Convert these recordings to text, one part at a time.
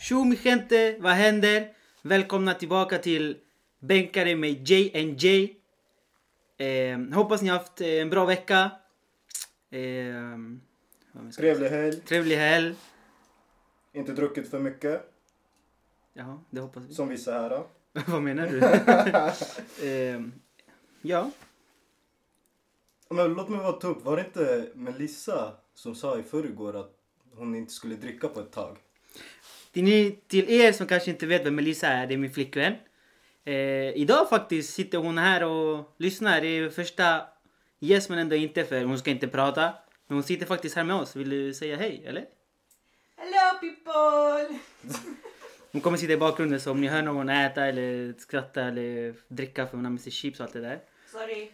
Tjo mi gente, vad händer? Välkomna tillbaka till Bänkare med JNJ. Eh, hoppas ni har haft eh, en bra vecka. Eh, vad ska- Trevlig helg. trevlig helg. Inte druckit för mycket, Jaha, det hoppas vi. som vissa här. då. vad menar du? eh, ja, Men låt mig bara ta upp, var det inte Melissa som sa i förrgår att hon inte skulle dricka på ett tag? till, ni, till er som kanske inte vet vem Melissa är, det är min flickvän. Eh, idag faktiskt sitter hon här och lyssnar. Det är första gäst men ändå inte för hon ska inte prata. Men hon sitter faktiskt här med oss. Vill du säga hej eller? Hello people! Hon kommer sitta i bakgrunden så om ni hör någon äta eller skratta eller dricka för hon har med sig chips och allt det där. Sorry.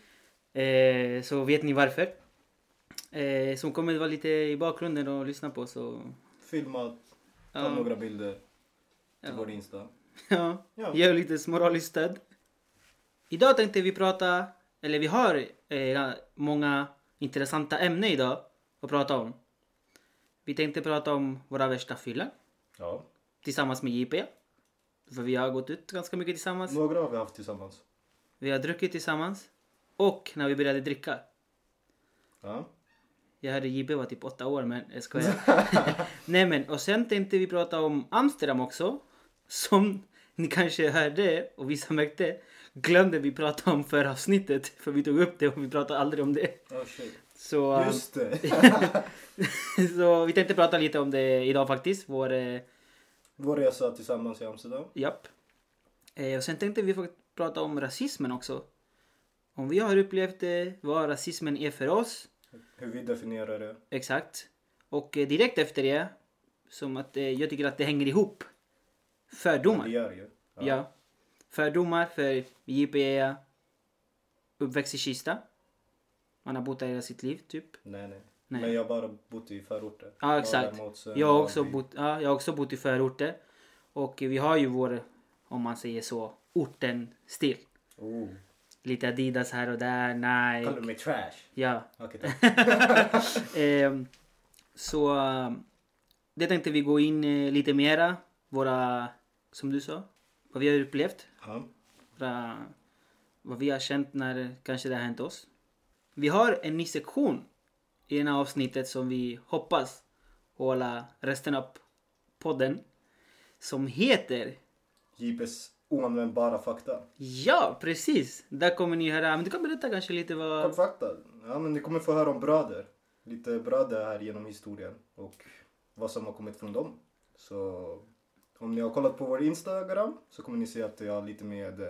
Eh, så vet ni varför. Eh, så hon kommer vara lite i bakgrunden och lyssna på så... Filmat, ta Ja. några bilder till Ja. vår Insta. Ja, Ja. ge lite moraliskt stöd. Idag tänkte vi prata, eller vi har eh, många intressanta ämnen idag att prata om. Vi tänkte prata om våra värsta fyllor Ja. tillsammans med JP. För vi har gått ut ganska mycket tillsammans. Några har vi haft tillsammans. Vi har druckit tillsammans. Och när vi började dricka. Ja. Jag hörde JB var typ åtta år men jag skojar. Nej men och sen tänkte vi prata om Amsterdam också. Som ni kanske hörde och vissa märkte glömde vi prata om förra avsnittet. För vi tog upp det och vi pratade aldrig om det. Oh, shit. Så, um, Just det! så vi tänkte prata lite om det idag faktiskt. Vår, eh, Vår resa tillsammans i Amsterdam. japp. Eh, och sen tänkte vi faktiskt prata om rasismen också. Om vi har upplevt det, vad rasismen är för oss. Hur vi definierar det. Exakt. Och eh, direkt efter det, som att eh, jag tycker att det hänger ihop. Fördomar. Det Ja. gör ju. Fördomar för JP är uppväxt i Kista. Man har bott där hela sitt liv, typ. Nej, nej. Nej. Men jag har bara bott i förorter. Ja, eh, exakt. Norrlandsmotsen, Jag har, också Dalby. bott, ja, jag har också bott i förorter. Och vi har ju vår, om man säger så, orten-stil. Oh. Lite Adidas här och där, Kallar du Nike. mig trash? Ja. Okej, tack. Ehm, så ehm, det tänkte vi gå in eh, lite mera. Våra, som du sa, vad vi har upplevt. Ja. Våra, vad vi har känt när kanske det har hänt oss. Vi har en ny sektion i det här avsnittet som vi hoppas hålla resten av podden. Som heter JP's oanvändbara fakta. Ja, precis! Där kommer ni höra, men du kan berätta kanske lite vad... Kort fakta. Ja, men ni kommer få höra om bröder. Lite bröder här genom historien och vad som har kommit från dem. Så om ni har kollat på vår Instagram så kommer ni se att jag har lite med eh,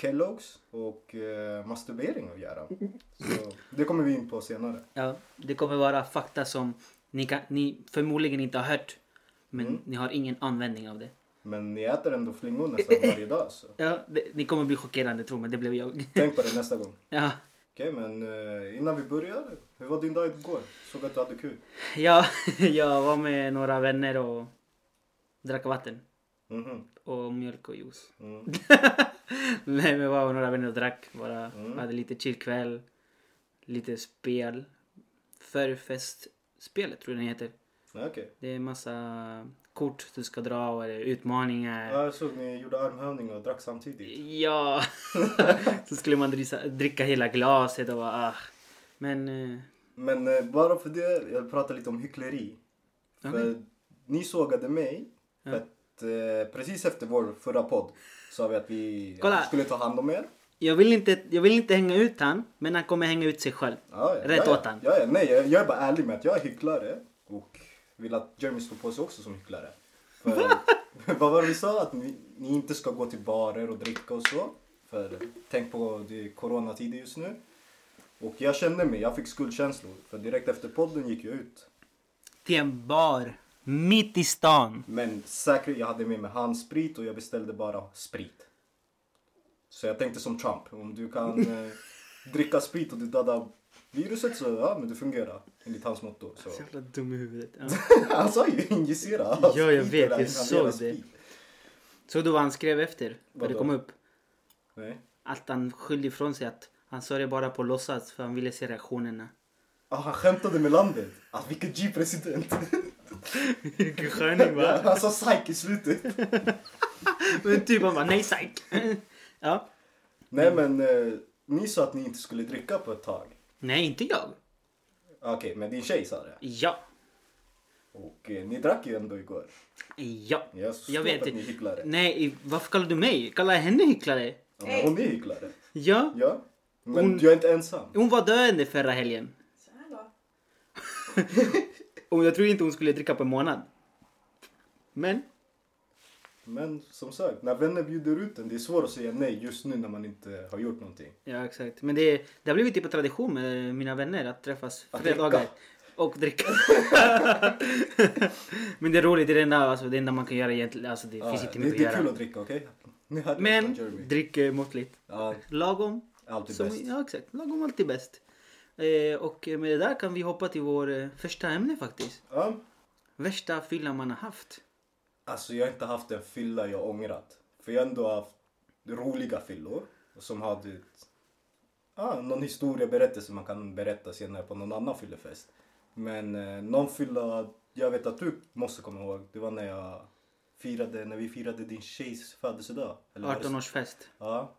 Kellogg's och eh, masturbering att göra. Så det kommer vi in på senare. Ja, det kommer vara fakta som ni, kan, ni förmodligen inte har hört. Men ni har ingen användning av det. Men ni äter ändå flingor nästan varje dag så Ja, det, ni kommer bli chockerande, tro mig. Det blev jag. tänk på det nästa gång. Ja, Okej, men eh, innan vi börjar. Hur var din dag igår? Såg att du hade kul. ja, jag var med några vänner och drack vatten Mhm. och mjölk och juice. Mm. Nej, men jag var med några vänner och drack bara. Hade lite chillkväll, lite spel. Förfestspelet tror jag den heter. Ja, Okej. Det är massa kort du ska dra och det är utmaningar. Ja, Jag såg ni gjorde armhävningar och drack samtidigt. Ja. så skulle man drisa, dricka hela glaset och bara ah. Men eh, Men eh, bara för det, jag pratar lite om hyckleri. För ni sågade mig för att eh, precis efter vår förra podd sa vi att vi Kolla. att vi skulle ta hand om er. jag vill, inte, jag vill inte hänga ut han, men han kommer hänga ut sig själv. Ja, ja, Rätt ja, åt han. Ja, ja, nej, jag, jag är bara ärlig med att jag är hycklare och vill att Jeremy står på sig också som hycklare. För, vad var det vi sa? Att ni, ni inte ska gå till barer och dricka och så. För tänk på det är coronatider just nu. Och jag kände mig, jag fick skuldkänslor. För direkt efter podden gick jag ut Till en bar. Mitt i stan. Men säkert, jag hade med mig handsprit och jag beställde bara sprit. Så jag tänkte som Trump, om du kan eh, dricka sprit och du dödar viruset så ja, men det fungerar. Enligt hans motto. Så. Så jävla dum i huvudet. Ja. Han sa ju injicera. Ja, jag sprit vet, eller jag inhalera såg det. sprit. Så då vad han skrev efter, när det Vadå? kom upp. Nej. Att han skyllde ifrån sig att han sa det bara på låtsas för han ville se reaktionerna. Ah, han skämtade med landet. Ah, vilket G-president. Vilken sköning va? Han sa psyk i slutet. Men typ han bara nej psyk. Ja. Nej men, eh, ni sa att ni inte skulle dricka på ett tag. Nej inte jag. Okej, men din tjej sa det. Ja. Och eh, ni drack ju ändå igår. Ja. Jag, förstår Jag vet att ni är inte. hycklare. Nej varför kallar du mig? Kallar jag henne hycklare? Ja, men hon är hycklare. Ja. Ja. Men Hon- jag är inte ensam. Hon var döende förra helgen. Så här då. Och jag tror inte hon skulle dricka på en månad. Men. Men som sagt, när vänner bjuder ut en, det är svårt att säga nej just nu när man inte har gjort någonting. Ja exakt. Men det, det har blivit typ en tradition med mina vänner att träffas Att fredagar. dricka. Och dricka. Men det är roligt, det är det enda, alltså, det enda man kan göra egentligen. Alltså, det Ja, finns ja. inte det, mycket det är att kul göra. att dricka, okej? Ni hade Men utan Jeremy. drick eh, måttligt. Ja, Lagom. alltid Som, bäst. ja exakt, lagom alltid bäst. Eh, och med det där kan vi hoppa till vår eh, första ämne faktiskt. Ja. Värsta fyllan man har haft. Alltså jag har inte haft en fylla jag ångrat. För jag har ändå haft roliga fyllor. Som hade ett, ah, någon historieberättelse man kan berätta senare på någon annan fyllefest. Men eh, någon fylla jag vet att du måste komma ihåg. Det var när jag firade, när vi firade din tjejs födelsedag. Eller vad det- 18-årsfest. Ja.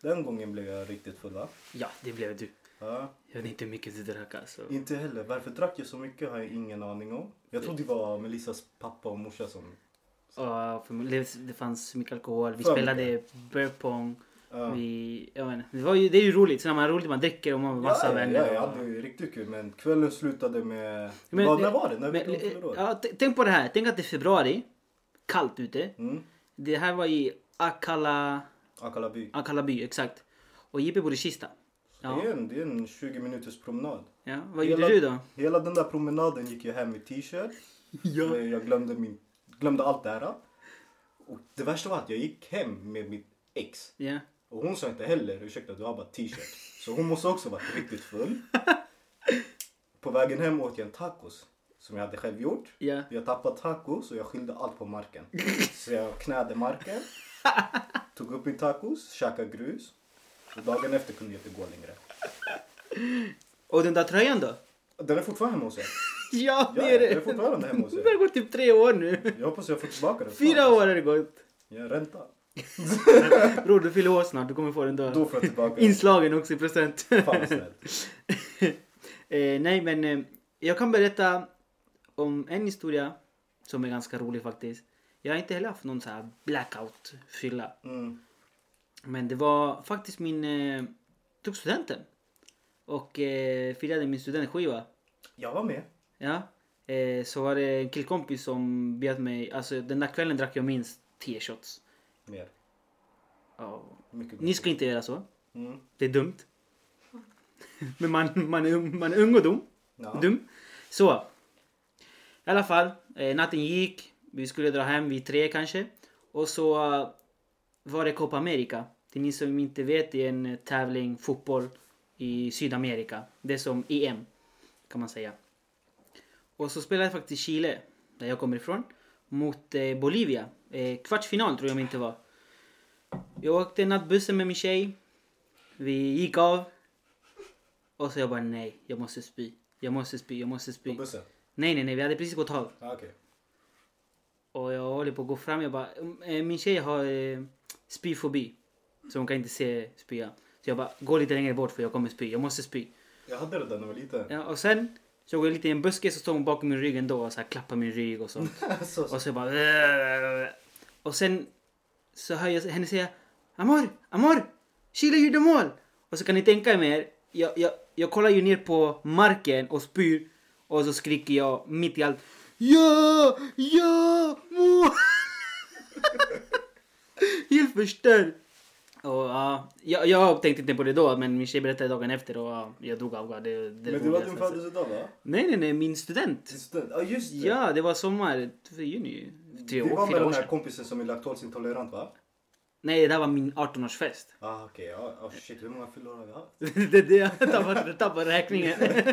Den gången blev jag riktigt full va? Ja, det blev du. Ja. Jag vet inte hur mycket du drack alltså. Inte heller. Varför drack jag så mycket har jag ingen aning om. Jag tror det var Melissas pappa och morsa som... Ja, för det- det fanns mycket alkohol. Vi För spelade burpong. Ja. Vi, jag vet inte, det, var ju, det är ju roligt. Så när man har roligt man dricker och man har massa ja, vänner. Ja, jag och- hade ju riktigt kul men kvällen slutade med... Men- Vad, när var det? När men- eh, vi fyllde år? ja, t- tänk på det här. Tänk att det är februari. Kallt ute. Mm. Det här var i Akalla, Akalla by. Akalla by, exakt. Och JP bor i Kista. Ja. Det, är en, det är en 20 minuters promenad. Ja, vad Hela- gjorde du då? Hela den där promenaden gick jag hem i t-shirt. Ja. Men Jag glömde, min, glömde allt det här. Och det värsta var att jag gick hem med mitt ex. Ja. Och hon sa inte heller ursäkta du har bara t-shirt. Så hon måste också varit riktigt full. På vägen hem åt jag en tacos. Som jag hade själv gjort. Ja. Jag tappade tacos och jag skyllde allt på marken. Så jag knäde marken, tog upp min tacos, käkade grus. Och dagen efter kunde jag inte gå längre. Och den där tröjan då? Den är fortfarande hemma hos er. Ja, Ja, det är den är det. fortfarande hemma hos Det er. börjar gå typ tre år nu. Jag hoppas jag får tillbaka den. Fyra snart. år har det gått. Ja, ränta. Bror, du fyller år snart. Du kommer få den då. Då får jag tillbaka den. Inslagen också i present. Fan vad snällt. eh, nej, men eh, jag kan berätta om en historia som är ganska rolig faktiskt. Jag har inte heller haft någon så här blackout-fylla. Mm. Men det var faktiskt min... Eh, tog studenten. Och eh, firade min studentskiva. Jag var med. Ja. Eh, så var det en killkompis som bjöd mig. Alltså den där kvällen drack jag minst 10 shots. Mer. Ja. Mycket mer. Ni ska inte göra så. Mm. Det är dumt. Men man, man, är, ung- man är ung och dum. Ja. dum. Så. I alla fall. Eh, natten gick. Vi skulle dra hem vid tre kanske. Och så eh, var det Copa America. Till ni som inte vet det är en eh, tävling fotboll i Sydamerika. Det är som EM kan man säga. Och så spelade faktiskt Chile, där jag kommer ifrån, mot eh, Bolivia. Eh, kvartsfinal tror jag inte var. Jag åkte nattbussen med min tjej. Vi gick av. Och så jag bara nej, jag måste spy. Jag måste spy, jag måste spy. På bussen? Nej, nej, nej, vi hade precis gått av. Ah, Okej. Och jag håller på att gå fram. Jag bara, eh, min tjej har eh, spyfobi. Så hon kan inte se spya. Så jag bara, gå lite längre bort för jag kommer spy. Jag måste spy. Jag hade det där när jag var liten. Ja, och sen så går jag lite i en buske så står hon bakom min rygg ändå och så här klappar min rygg och så. så, så. Och så bara... "Äh." Och sen så hör jag henne säga Amor, Amor! Chile gjorde mål! Och så kan ni tänka er mer, jag, jag, jag kollar ju ner på marken och spyr och så skriker jag mitt i allt Ja! Ja! Mål! Helt förstörd! Och, ja, jag, jag tänkte inte på det då men min tjej berättade dagen efter och ja, jag dog av det, det, Men det var din roligaste. födelsedag va? Nej nej nej, min student! Ja ah, just det. Ja, det var sommar. för juni. Typ. Tre det var år, med fyra år den här sedan. kompisen som är laktosintolerant va? Nej, det här var min 18-årsfest. Ah, okej. Ja, ah, shit, hur många fyllor har vi haft? det är det jag tappar, jag tappar räkningen. Men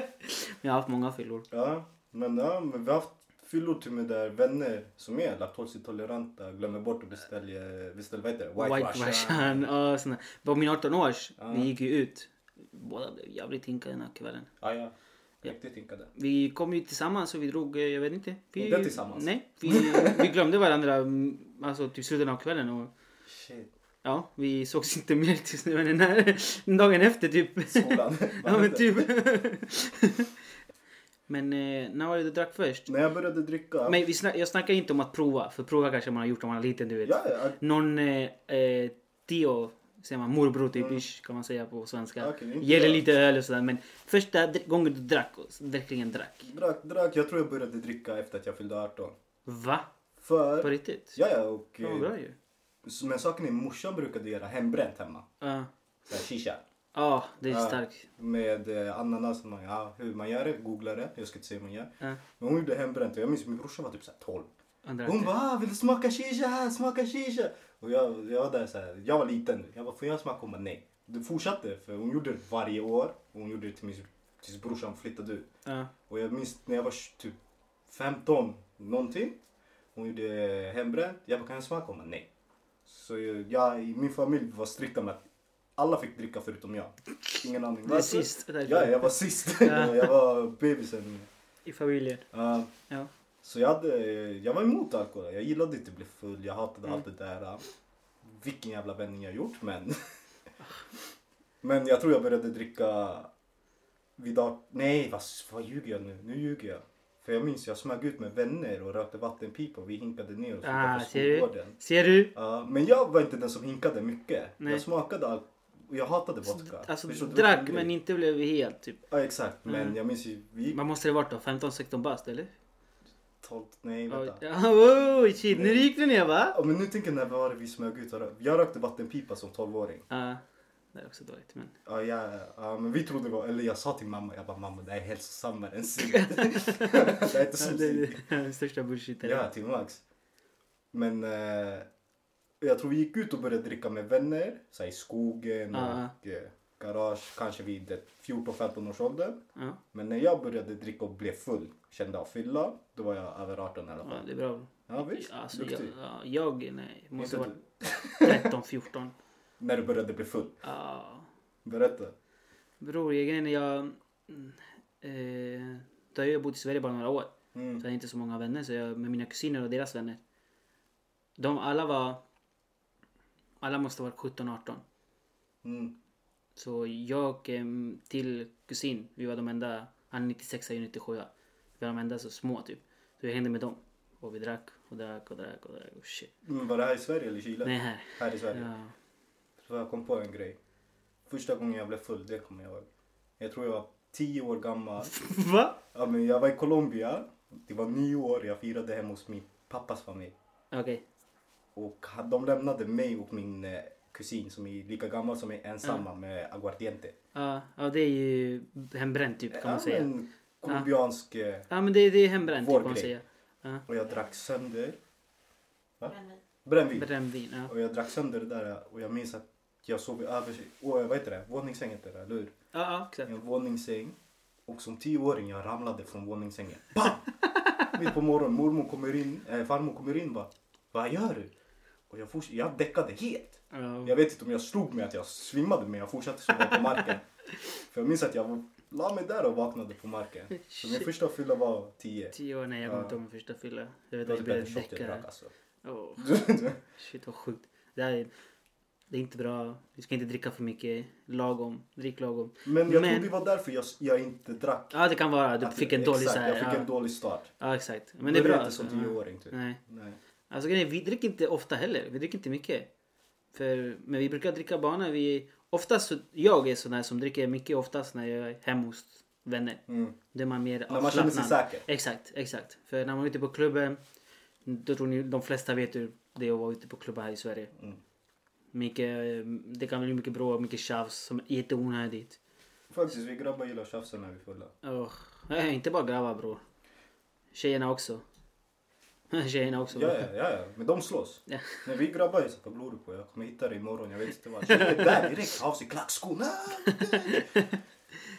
jag har haft många fyllor. Ja, men, ja, men vi har haft fyllor till och med där vänner som är laktosintoleranta glömmer bort att beställa, beställa vad heter det? White, Russian och såna. På min 18 års, Ja. vi gick ju ut. Båda blev jävligt hinkade den här kvällen. Ja, ja. Ja. Riktigt hinkade. Vi kom ju tillsammans och vi drog, eh, jag vet inte. Vi, Inte tillsammans. Nej, vi, vi glömde varandra mm, alltså typ slutet av kvällen och Shit. ja, vi sågs inte mer tills nu, men när, dagen efter typ. Skolan. ja men typ. men eh, när var det du drack först? När jag började dricka. Men vi snack, jag snackar inte om att prova, för prova kanske man har gjort om man är liten du vet. Ja, ja. Någon eh, eh, tio, säger man, morbror typ, ish, kan man säga på svenska. Okej, inte Gäller jag. lite öl och sådär men första dr- gången du drack, och s- verkligen drack. Drack, drack. Jag tror jag började dricka efter att jag fyllde 18. Va? På För... riktigt? Ja, ja. Och, Fan vad bra ju. eh, men saken är, morsan brukade göra hembränt hemma. Ja, Så här, shisha. Ja, det är Ja. starkt. Med eh, ananas. Man, ja, hur man gör det, googla det. Jag ska inte säga hur man gör. Ja, Men hon gjorde hembränt och jag minns min brorsa var typ så här 12. han drack Hon det. bara ah, “vill du smaka shisha? Smaka shisha!” Och jag, jag var där så här, jag var liten. Jag bara “får jag smaka?” Hon bara “nej”. Det fortsatte för hon gjorde det varje år. Och hon gjorde det till min, tills brorsan flyttade ut. Ja. Och jag minns när jag var typ 15 någonting. Hon gjorde hembränt. Jag bara “kan jag smaka?” Hon bara “nej”. Så jag, jag, i min familj var strikta med att alla fick dricka förutom jag. Ingen aning Det är sist därför. Ja, jag var sist. Ja. jag var bebisen. I familjen. Ja. Ja. Så jag, hade, jag var emot alkohol. Jag gillade inte att bli full. Jag hatade Mm. allt det där. Vilken jävla vändning jag gjort men. men jag tror jag började dricka vid art- Nej vad, vad ljuger jag nu? Nu ljuger jag. För jag minns jag smög ut med vänner och rökte vattenpipa och vi hinkade ner oss Ah, utanför ser du? skolgården. Ser du? Ja, men jag var inte den som hinkade mycket. Nej. Jag smakade allt och jag hatade vodka. Alltså Förstår du? Det var drack en grej. men inte blev helt typ. Ja exakt men Mm. jag minns ju, vi gick Man måste det varit då? 15-16 bast eller? 12, nej Ja, vänta. oh, shit. Nu gick du ner va? Ja, men nu tänker jag när var det vi smög ut och rö- Jag rökte vattenpipa som 12-åring. Ja. Det är också dåligt men. Ja, jag, ja, men vi trodde det var, eller jag sa till mamma, jag bara mamma det här är hälsosammare än cigg. det är inte Ja, som det cigg. är den största bullshit. Ja, till max. Men eh, jag tror vi gick ut och började dricka med vänner, så här, i skogen Ja. och eh, garage, kanske vid ett 14-15 års ålder. Ja, Men när jag började dricka och blev full, kände av fylla, då var jag över 18 i alla ja, fall. det är bra. Ja, visst, Alltså, jag, duktig. ja, jag, nej, måste Inte vara 13-14. När du började bli full, Ja. berätta. Bror, jag- grejen är jag... mm, Eh, då har jag bott i Sverige bara några år. Mm. Så jag har inte så många vänner. Så jag med mina kusiner och deras vänner. De alla var... Alla måste ha varit 17-18. Mm. Så jag em, till kusin, vi var de enda. Han är 96 och jag är 97. Vi var de enda så små typ. Så jag hängde med dem. Och vi drack och drack och drack och drack. Och shit. Men var det här i Sverige eller Chile? Nej här. Här i Sverige. Ja. Så jag kom på en grej. Första gången jag blev full, det kommer jag ihåg. Jag tror jag var tio år gammal. Va? Ja, men jag var i Colombia. Det var nyår, jag firade hemma hos min pappas familj. Okej. Och ha- de lämnade mig och min eh, kusin som är lika gammal som mig ensamma med aguardiente. Ja, ja, det är ju hembränt typ kan man Ja, säga. men colombiansk... eh, Ja men det, det är hembränt typ, Vår kan man grej. säga. Ja. Och jag drack sönder Brännvin. brännvin. Brännvin, ja. Och jag drack sönder det där eh, och jag minns att jag sov i över... Åh, vad heter det? Våningssäng heter det, eller hur? Ja, ja exakt. en våningssäng. Och som tioåring jag ramlade från våningssängen. Bam! Mitt på morgonen, mormor kommer in, eh, farmor kommer in bara. Vad gör du? Och jag, forts- jag däckade helt. Ja. Jag vet inte om jag slog mig att jag svimmade men jag fortsatte sova på marken. För jag minns att jag la mig där och vaknade på marken. Så min första fylla var tio. Tio år, nej jag kommer inte ihåg min första fylla. Jag Det vet var att jag typ en blev shot jag drack däckare. alltså. Åh, shit vad sjukt. Det här är, det är inte bra. Vi ska inte dricka för mycket. Lagom. Drick lagom. Men jag tror Men- det var därför jag, jag inte drack. Ja det kan vara. Du Att- fick en dålig exakt, så här, Jag fick ja. en dålig start. ja exakt. Men det är bra. Började inte som alltså. Ja. tioåring typ. Nej. Nej. Alltså grejen är, vi dricker inte ofta heller. Vi dricker inte mycket. För, men vi brukar dricka bara när vi... Oftast, så- jag är sån här som dricker mycket oftast när jag är hemma hos vänner. Mm. Då är man mer När man känner sig avslappnad. säker. Exakt, exakt. För när man är ute på klubben, då tror ni de flesta vet hur det är att vara ute på klubbar här i Sverige. Mm. Mycket, eh, det kan bli mycket bråk, mycket tjafs som är jätteonödigt. Faktiskt, vi grabbar gillar att tjafsa när vi är fulla. Oh. Nej, inte bara grabbar bror. Tjejerna också. Tjejerna också. Ja, bror. ja, ja, ja, men de slås. Ja. När vi grabbar är så vad glor du på? Jag kommer hitta dig imorgon, jag vet inte vad. Tjejer där direkt, av sig klackskorna.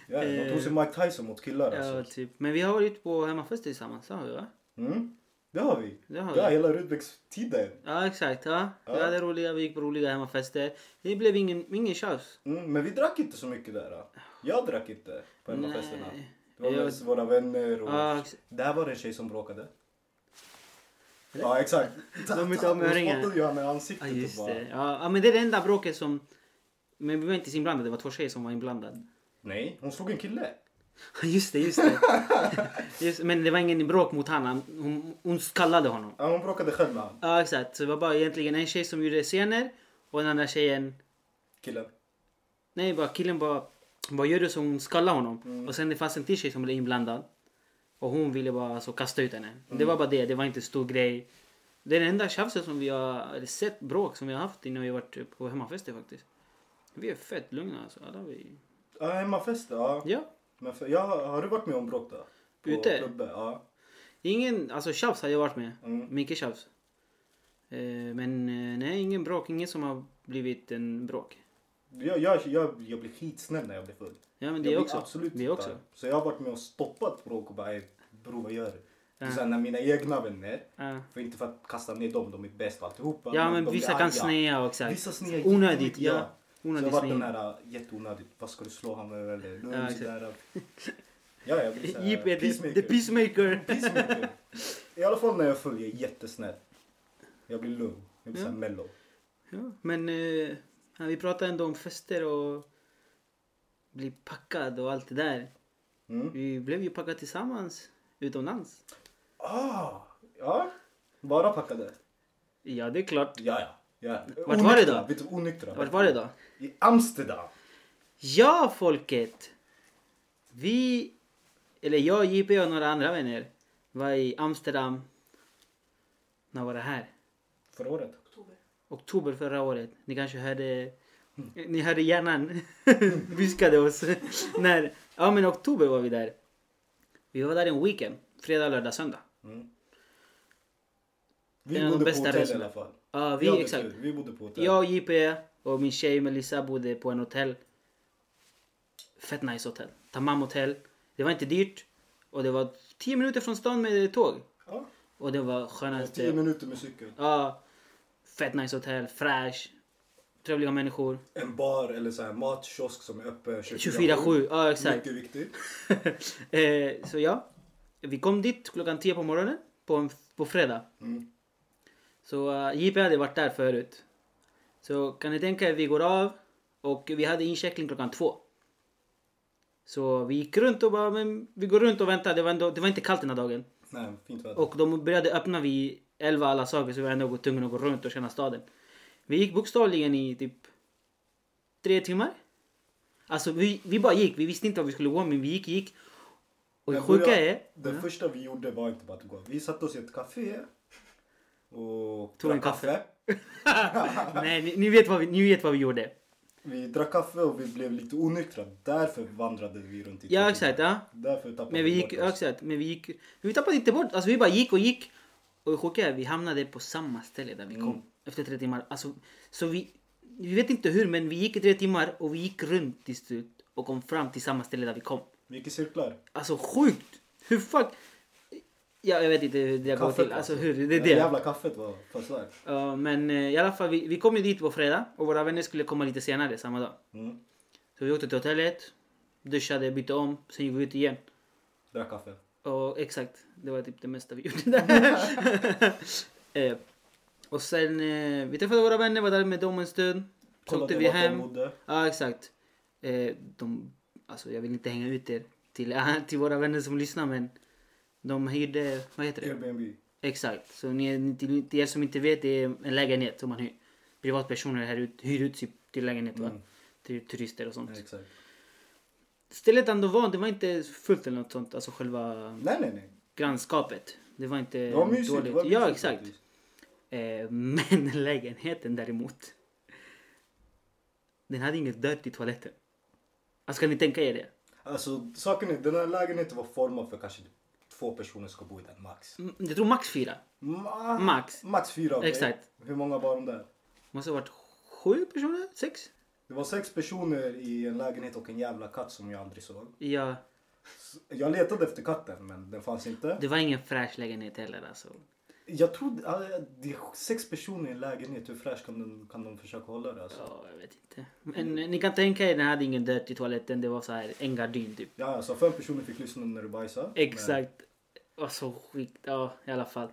Ja, ja, de tog sig Mike Tyson mot killar Ja, alltså. typ. Men vi har varit på hemmafester tillsammans, det har vi va? Mm, det har vi. Det har Ja, vi. hela Rudbecks-tiden. Ja, exakt. Ja. Vi Ja. hade roliga, vi gick på roliga hemmafester. Det blev ingen, ingen tjafs. Mm, men vi drack inte så mycket där. Då. Jag drack inte på hemmafesterna. Nej. Det var Ja. mest våra vänner och... Ja, ex- Där var det en tjej som bråkade. Ja, exakt. De är inte av med Hon öringar. spottade ju henne i ansiktet Ja, och just bara... det. Ja, ja, men det är det enda bråket som... Men vi var inte så inblandade, det var två tjejer som var inblandade. Nej, hon slog en kille. Ja, Just det, just det. Just, men det var ingen bråk mot honom. Hon, hon kallade honom. Ja, hon bråkade själv med han. Ja, exakt. Så det var bara egentligen en tjej som gjorde scener och den andra tjejen... Killen. Nej, bara killen bara... Vad gör du? Så hon skallade honom. Och sen det fanns en till tjej som blev inblandad. Och hon ville bara alltså, kasta ut henne. Det var bara det. Det var inte stor grej. Det är den enda tjafset som vi har eller sett bråk som vi har haft innan vi varit på hemmafester faktiskt. Vi är fett lugna alltså. Alla vi... Ja, hemmafester. Ja. Ja. Men för, ja, har du varit med om bråk då? På Ute? Klubbe, ja. Ingen, alltså tjafs hade jag varit med. Mm. Mycket tjafs. Eh, men eh, nej, ingen bråk. Ingen som har blivit en bråk. Jag, jag, jag, jag blir skitsnäll när jag blir full. Ja men det jag är blir också. Absolut det är inte också. arg. Så jag har varit med och stoppat bråk och bara, "Ey, bror vad gör du? Ja. Och sen när mina egna vänner, Ja. för inte för att kasta ner dem, de är bäst och alltihopa. Ja men men de blir vissa arga. kan snea och exakt. Vissa snear Onödigt. jättemycket, Ja. Så jag Onödigt har varit den snea. här äh, jätteonödigt, vad ska du slå honom över eller? Nu Ja, är det exakt. sådär. Ja, jag blir såhär, Jeep är the, the peacemaker. peacemaker. Peacemaker. I alla fall när jag är full, jag är jättesnäll. Jag blir lugn, jag blir Ja. såhär mellow. Ja, men eh, ja, vi pratar ändå om fester och bli packad och allt det där. Mm. Vi blev ju packade tillsammans utomlands. Ah, ja. Bara packade. Ja det är klart. Ja, ja. ja. Vart var det Onyktra, då? Vet du, onyktra. Vart var det då? I Amsterdam. Ja, folket! Vi, eller jag, JP och några andra vänner var i Amsterdam. När var det här? Förra året. Oktober. Oktober förra året. Ni kanske hörde... Ni hörde hjärnan viskade oss. när, ja, men i oktober var vi där. Vi var där en weekend. Fredag, lördag, söndag. Vi Det är de bodde på bästa hotell resorna. i alla fall. Ja, Jag vi, hade exakt. tur, Vi bodde på hotell. Jag, JP och min tjej Melissa bodde på en hotell. Fett nice hotell. Tamam hotell. Det var inte dyrt. Och det var 10 minuter från stan med tåg. Ja. Och det var Och Tio skönaste. minuter med cykel. Ja. Fett nice hotell. Fräsch. Trevliga människor. En bar eller så här matkiosk som är öppen 24-7. Ja exakt. Mycket viktigt. Eh, så ja. Vi kom dit klockan 10 på morgonen. På, en, på fredag. Mm. Så eh, JP hade varit där förut. Så kan ni tänka er, vi går av och vi hade incheckning klockan två. Så vi gick runt och bara, men vi går runt och väntar. Det var, ändå, det var inte kallt den här dagen. Nej, fint väder. Och de började öppna vid 11 alla saker så vi var ändå tvungna att gå runt och känna staden. Vi gick bokstavligen i typ tre timmar. Alltså vi, vi bara gick, vi visste inte vad vi skulle gå men vi gick, gick. Och det Men börja- sjuka är... Det Ja. första vi gjorde var inte bara att gå. Vi satte oss i ett café. Och Tog en drack kaffe. Nej, ni, ni, vet vad vi, ni vet vad vi gjorde. Vi drack kaffe och vi blev lite onyktra. Därför vandrade vi runt i två Ja timmar. exakt, ja. Därför tappade Men vi gick, bort oss. ja, exakt, men vi gick, men vi tappade inte bort, alltså vi bara gick och gick. Och det sjuka är, vi hamnade på samma ställe där vi kom efter tre timmar. Alltså, så vi, vi vet inte hur men vi gick i tre timmar och vi gick runt till slut och kom fram till samma ställe där vi kom. Vi gick i cirklar. Alltså sjukt! Hur fuck? Ja, jag vet inte hur det går Kaffet, till. Alltså hur, det Det är det. jävla kaffet var fast värt. Ja, men eh, i alla fall, vi, vi kom ju dit på fredag och våra vänner skulle komma lite senare samma dag. Mm. Så vi åkte till hotellet, duschade, bytte om, sen gick vi ut igen. Drack kaffe. Ja, exakt. Det var typ det mesta vi gjorde där. eh, och sen, eh, vi träffade våra vänner, var där med dem en stund. Så åkte Kollade vi vart de hem. bodde. Ja, exakt. Eh, de, alltså jag vill inte hänga ut er till, till våra vänner som lyssnar men de hyrde, vad heter det? Airbnb. Exakt. Så ni, till, till er som inte vet, det är en lägenhet som man hyr. Privatpersoner här ut, hyr ut sig till lägenhet va? Mm. Till turister och sånt. Ja, exakt. Stället ändå var, det var inte fullt eller något sånt, alltså själva Nej, nej, nej. grannskapet. Det var inte Det var mysigt. Eh, dåligt. Det var ja, mysigt exakt. faktiskt. Eh, men lägenheten däremot. Den hade inget dörr till toaletten. Alltså kan ni tänka er det? Alltså, saken är, den här lägenheten var formad för kanske två personer ska bo i den max. Mm, Jag tror max fyra. Ma- Max. Max fyra. okej. Exakt. Hur många var de där? Måste ha varit sju personer? Sex? Det var sex personer i en lägenhet och en jävla katt som jag aldrig såg. Ja. Jag letade efter katten men den fanns inte. Det var ingen fräsch lägenhet heller alltså. Jag tror ja, det är sex personer i en lägenhet. Hur fräsch kan de, kan de försöka hålla det? Alltså? Ja, jag vet inte. Men Mm. eh, ni kan tänka er, den hade ingen dört i toaletten. Det var så här en gardin typ. Ja, alltså fem personer fick lyssna när du bajsade. Exakt. Och så skit. Ja, i alla fall.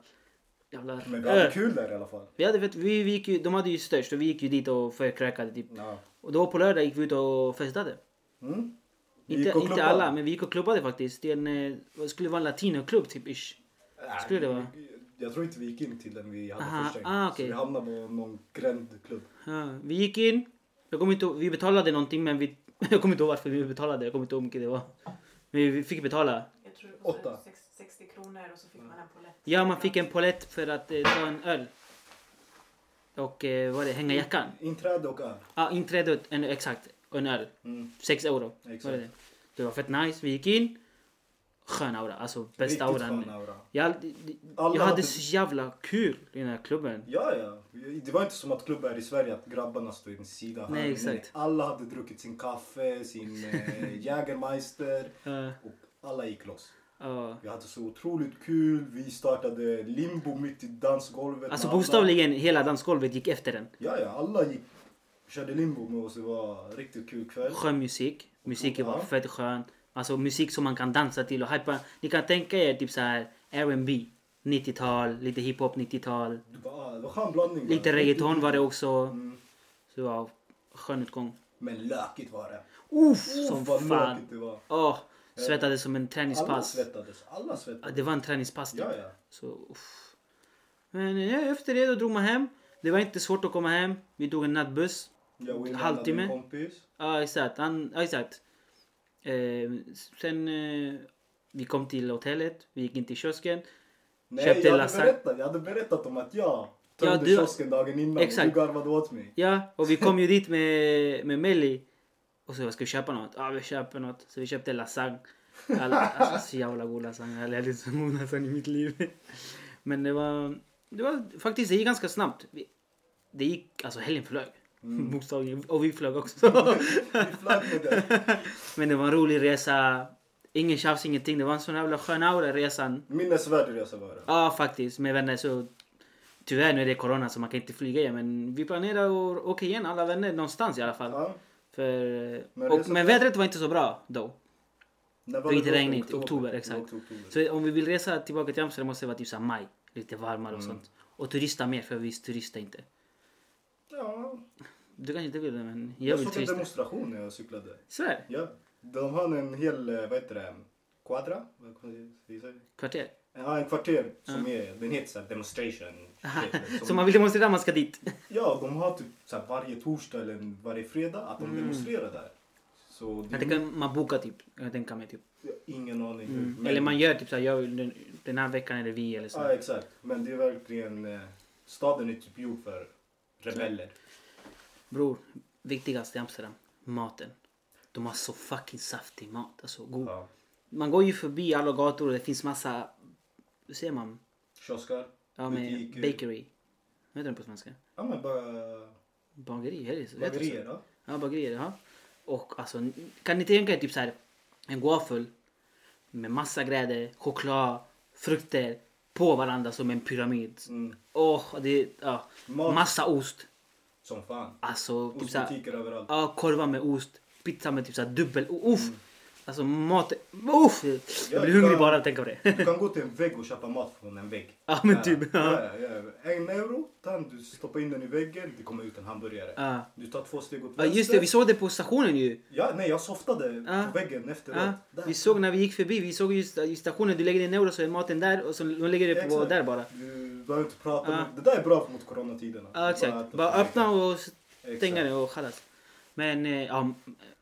Jävla Men, men vi hade rör. kul där i alla fall. Vi hade fett, vi, vi gick ju, de hade ju störst och vi gick ju dit och förkräkade typ. Ja. Och då på lördag gick vi ut och festade. Mm. Vi gick Inte, och inte klubbade. alla, men vi gick och klubbade faktiskt. Det är en, eh, vad skulle vara en latinoklubb typ ish. Nej, Skulle det vara? Jag tror inte vi gick in till den vi hade Aha, först tänkt. ah, okej. Så vi hamnade på någon grändklubb. Ja, vi gick in. Jag kommer inte, ihåg- vi betalade någonting men vi, jag kommer inte ihåg varför vi betalade. Jag kommer inte ihåg hur mycket det var. Men vi fick betala. Jag tror det kostade Åtta. sex- 60 kronor och så fick man en polett. Ja, man fick en polett för att eh, ta en öl. Och eh, vad var det, hänga jackan. Inträde och öl. Ja, ah, inträdet, en, exakt. Och en öl. Mm. 6 euro. Exakt. Var det, det? det var fett nice. Vi gick in. Skön aura. Alltså bästa Riktigt auran. skön aura. Jag, Alla jag hade hade- så jävla kul i den här klubben. Ja, ja. Det var inte som att klubbar i Sverige, att grabbarna stod vid sin sida. här. Nej, exakt. Alla hade druckit sin kaffe, sin eh, Jägermeister Ja, och alla gick loss. Eh, ja. Vi hade så otroligt kul. Vi startade limbo mitt i dansgolvet. Alltså med alla. bokstavligen hela dansgolvet gick efter den. Ja, ja. Alla gick, körde limbo med oss. Det var en riktigt kul kväll. Skön musik. Musiken var Ja. fett skön. Alltså musik som man kan dansa till och hypa. Ni kan tänka er typ så här R&B 90-tal, lite hiphop 90-tal. Det var, det var skön blandning. Lite reggaeton var det också. Mm. Så det var skön utgång. Men lökigt var det. Uff, Uff, som vad fan. lökigt det var. Åh, svettades som en Alla träningspass. svettades. Alla Ja, svettades. Det var en träningspass typ. Ja, ja. Så, uff. Men ja, efter det då drog man hem. Det var inte svårt att komma hem. Vi tog en nattbuss. Jag och Wilhelm hade Halvtimme. en kompis. Ja, exakt. Han, ja, exakt. Eh, sen eh, vi kom till hotellet, vi gick in till kiosken. Nej, Köpte jag hade, lasagne. berättat, jag hade berättat om att jag tömde Ja, du- kiosken dagen innan Exakt. och du garvade åt mig. Ja, och vi kom ju dit med, med Melli. Och så ska vi köpa något? Ja, vi köper något. Så vi köpte lasagne. Alla, alltså så jävla god lasagne. Jag har aldrig ätit så god lasagne i mitt liv. Men det var, det var faktiskt, det gick ganska snabbt. Vi, det gick, alltså helgen flög. Bokstavligen. Och vi flög också. Vi flög med det. Men det var en rolig resa. Ingen tjafs, ingenting. Det var en sån jävla skön aura resan. Minnesvärd resa var det. Ja, faktiskt. Med vänner så... Tyvärr nu är det corona så man kan inte flyga igen. Men vi planerar att åka igen alla vänner någonstans i alla fall. Ja. För, Men men, och, resan- men vädret var inte så bra då. När Det var lite då? regnigt. Oktober, exakt. Det var oktober. Så om vi vill resa tillbaka till Amsterdam måste det vara typ såhär maj. Lite varmare och Mm. sånt. Och turista mer för vi turistar inte. Ja, Du kanske inte vill det men jag, jag vill såg en turista. demonstration när jag cyklade. Svär! Ja. De hade en hel, eh, vad heter det, quadra? Vad kan man säga? Kvarter. Ja, en kvarter som är, den heter såhär demonstration. Typ, Så man vill demonstrera man ska dit. Ja, de har typ så här varje torsdag eller varje fredag att de demonstrerar där. Så det Men Mm. det kan man boka typ. Jag kan tänka mig typ. ingen aning hur. men- Eller man gör typ såhär, jag vill den, den här veckan är det vi eller så. Mm. Ja, exakt. Men det är verkligen... Eh, staden är typ gjord för rebeller. Bror, viktigast i Amsterdam, maten. De har så fucking saftig mat. Alltså, god. Ja. Man går ju förbi alla gator och det finns massa, hur säger man? Kiosker, Ja, med butiker. bakery. Vad heter den på svenska? Ja, men bara... Bageri, är det så? Heter det så? Bagerier då? Ja, bagerier. Ja. Och alltså, kan ni tänka er typ så här, en gaffel med massa grädde, choklad, frukter på varandra som en pyramid. Mm. Åh, det, ja. Mat. Massa ost. Som fan. Alltså, typ så här, Ostbutiker överallt. Ja, korvar med ost. Pizza med typ såhär dubbel... Oh, uff. Alltså mat... Uff. Jag blir Ja, hungrig ja. bara av att tänka på det. Du Mm. kan gå till en vägg och köpa mat från en vägg. Ja, men typ, ja. Ja, ja, ja. En euro, den, du stoppar in den i väggen, det kommer ut en hamburgare. Ja. Du tar två steg åt Ah. Ja, just det, vi såg det på stationen ju. Ja, nej, jag softade Ja. på väggen efteråt. Ja, Där. Ah. vi såg när vi gick förbi, vi såg just i stationen, du lägger din euro så är maten där och så de lägger det på Exakt. där bara. Du behöver inte prata. Ja. med- Det där är bra mot coronatiderna. Ja, att- Ah, exakt. Bara öppna och stänga Exakt. det och kallas. Men eh, ja,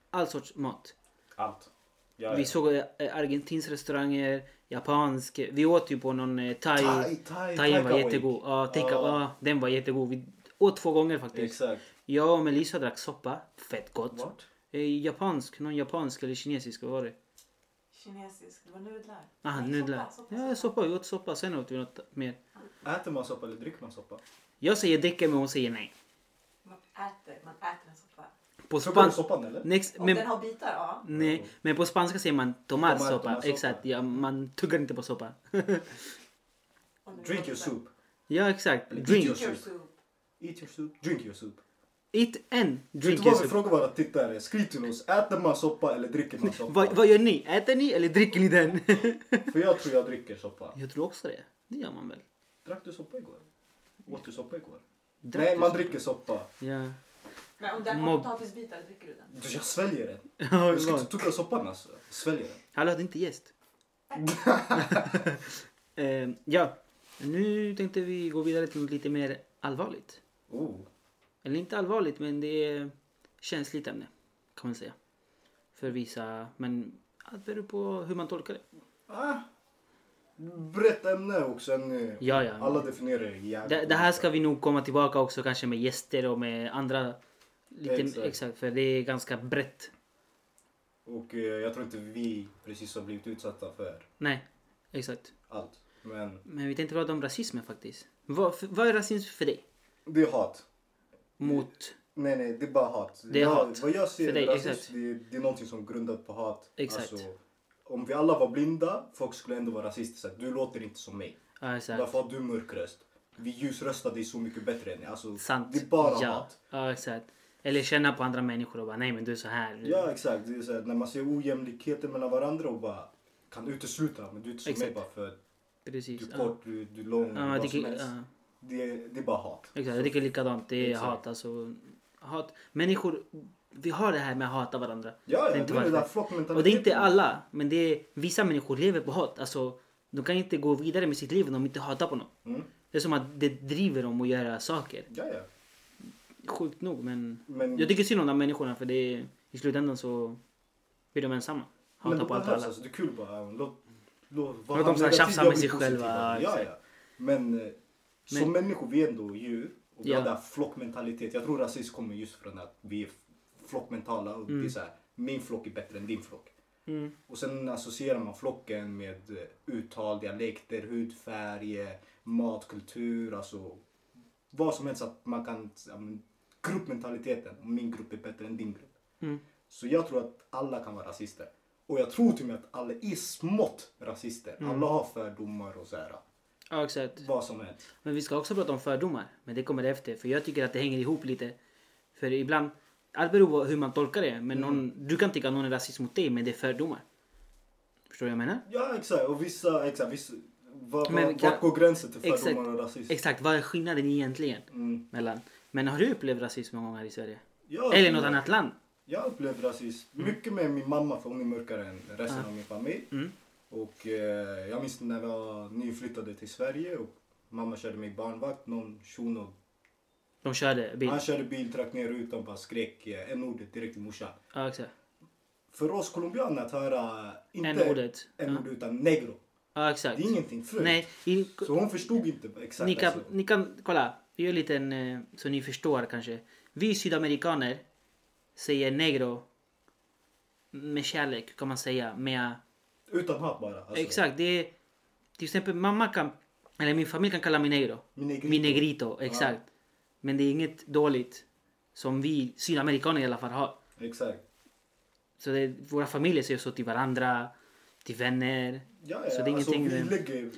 all sorts mat. Allt. Ja, Vi ja. såg eh, argentinsk restauranger, japansk. Vi åt ju på någon eh, thai. Thai- thai- Thaien var takeaway. jättegod. Ja, take Ja. ja, den var jättegod. Vi åt två gånger faktiskt. Exakt. Jag och Melissa drack soppa. Fett gott. Vart? Eh, japansk, någon japansk eller kinesisk, vad var det? Kinesisk. Det var nudlar. Ah, Nej, nudlar. soppa, soppa, Ja, soppa. Vi åt soppa, sen åt vi något mer. Äter man soppa eller dricker man soppa? Jag säger dricka men hon säger nej. Man äter, man äter en soppa. På Soppa spanska... soppan eller? Next, Om men, den har bitar, ja. nej, men på spanska säger man tomar Tomar, tomar soppa. soppa. Exakt, ja, man tuggar inte på soppa. Om den Drink är your bitar. soup. Ja, exakt. Eller Drink. Your Your soup. soup. Eat your soup, drink your soup. Eat and Vet du drink your vad vi soup. frågar våra tittare? Skriv till oss, äter man soppa eller dricker man soppa? Vad, vad gör ni? Äter ni eller dricker ni den? För jag tror jag dricker soppa. jag tror också det. Det gör man väl? Drack du soppa igår? Åt du soppa igår? Drack Nej, du man soppa? dricker soppa. Ja. Men om den har Mob- potatisbitar, dricker du den? Du, Jag sväljer den. Ja, Jag ska vad? inte tugga soppan alltså. Jag Sväljer den. Hallå, det är inte gäst. eh, ja, nu tänkte vi gå vidare till något lite mer allvarligt. Oh. Eller inte allvarligt, men det är känsligt ämne kan man säga. För vissa, men allt beror på hur man tolkar det. Ah. Brett ämne och sen eh, Ja, ja. alla definierar det jävligt Det, det här olika. ska vi nog komma tillbaka också kanske med gäster och med andra. Lite, Exakt. exakt. för det är ganska brett. Och eh, jag tror inte vi precis har blivit utsatta för Nej, exakt. allt. Men Men vi tänkte prata om rasismen faktiskt. Vad, för, vad är rasism för dig? det är hat. Mot... Nej, nej, det är bara hat. Det är jag, hat. Vad jag För ser dig, är rasism, exakt. det, är- det är någonting som grundat på hat. Alltså, Exakt. om vi alla var blinda, folk skulle ändå vara rasistiska. Du låter inte som mig. Ja, exakt. Varför har du mörk röst? Vi ljusröstade är så mycket bättre än er. Alltså, Sant. Det är bara ja. hat. Ja, exakt. Eller känna på andra människor och bara nej men du är så här. Ja, exakt. Det är så här, när man ser ojämlikheter mellan varandra och bara kan utesluta. Men du är inte som Exakt. mig bara för att Precis. du är ja. kort, du, du är lång, Ja, jag vad som tycker, helst. ja, Det, det är bara hat. exakt. Jag tycker likadant. Det är Exakt. hat alltså. Hat. Människor, vi har det här med att hata varandra. Ja, Det är ja, inte det är det varför. där flockmentaliteten. Och det är inte alla, men det är, vissa människor lever på hat. Alltså, de kan inte gå vidare med sitt liv om de inte hatar på någon. Mm. Det är som att det driver dem att göra saker. Ja, ja. Sjukt nog, men Men, jag tycker synd om de här människorna för det är, i slutändan så blir de ensamma. men Hatar det på allt och behövs alla. alltså. Det är kul bara. ja, Låt, låt, Låt dem så här tjafsa med sig själva, Ja, exakt. ja. Men eh, som människor, vi är ändå djur. Och vi Ja. har den här flockmentalitet. Jag tror rasism kommer just från att vi är flockmentala. Och Det är så här, min flock är bättre än din flock. Mm. Och sen associerar man flocken med eh, uttal, dialekter, hudfärg, eh, matkultur, alltså vad som helst. Att man kan, ja, men, gruppmentaliteten, min grupp är bättre än din grupp. Mm. Så jag tror att alla kan vara rasister. Och jag tror till och med att alla är smått rasister. Mm. Alla har fördomar och så här, Ja, exakt. vad som helst. Men vi ska också prata om fördomar. Men det kommer efter. För jag tycker att det hänger ihop lite. För ibland, allt beror på hur man tolkar det. Mm. Men någon, du kan tycka att någon är rasist mot dig, men det är fördomar. Förstår du vad jag menar? Ja exakt, och vissa, exakt, vissa, vad, Men vad, kan- vart går gränsen till Exakt. fördomar och rasism? Exakt, vad är skillnaden egentligen? Mm. Mellan. Men har du upplevt rasism någon gång här i Sverige? Jag Eller tror- något annat Mm. land? Jag upplevde rasism mycket med min mamma för hon är mörkare än resten av min familj. Mm. Och eh, jag minns när jag nyflyttade till Sverige och mamma körde mig barnvakt. Någon shuno, De körde bil. han körde bil, drack ner rutan och bara skrek eh, n-ordet direkt till morsan. Ja, exakt. För oss colombianer att höra inte N-ordet. N-ordet utan negro. Ja, Det exakt. är ingenting fult. Nej, i, Så hon förstod inte exakt. ni, kan, alltså. ni kan kolla. Vi gör en liten, eh, så ni förstår kanske. Vi sydamerikaner säger negro med kärlek kan man säga. Med Utan hat bara. Alltså. Exakt, det är, till exempel mamma kan, eller min familj kan kalla mig negro. Min negrito. Min negrito, exakt. Men det är inget dåligt som vi sydamerikaner i alla fall har. Exakt. Så det, våra familjer säger så till varandra, till vänner. Ja, ja. Så det är alltså, ingenting vi med- lägger,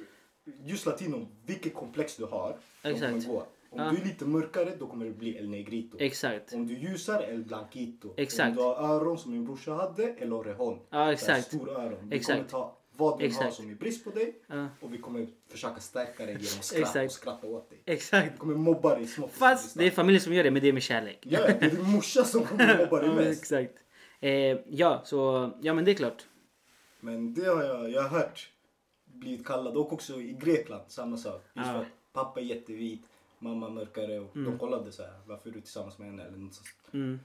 just latino, vilket komplex du har, de Exakt. kommer gå. Om Ja. du är lite mörkare, då kommer det bli el negrito. Exakt. Om du är ljusare, el blanquito. Exakt. Om du har öron som min brorsa hade, el orejón. Ja, exakt. Stora öron. Vi Exakt. kommer ta vad du har Exakt. som är brist på dig Ja. och vi kommer försöka stärka dig genom skratt Exakt. och skratta åt dig. Exakt. Vi kommer mobba dig smått. Fast det är familjen som gör det, men det är med kärlek. Ja, ja, det är din morsa som kommer mobba dig Ja, mest. exakt. Eh, ja, så ja men det är klart. Men det har jag, jag har hört blivit kallad och också i Grekland samma sak. Just Ja. för att pappa är jättevit, mamma mörkare och de kollade så här, varför är du tillsammans med henne eller något sånt. Mm.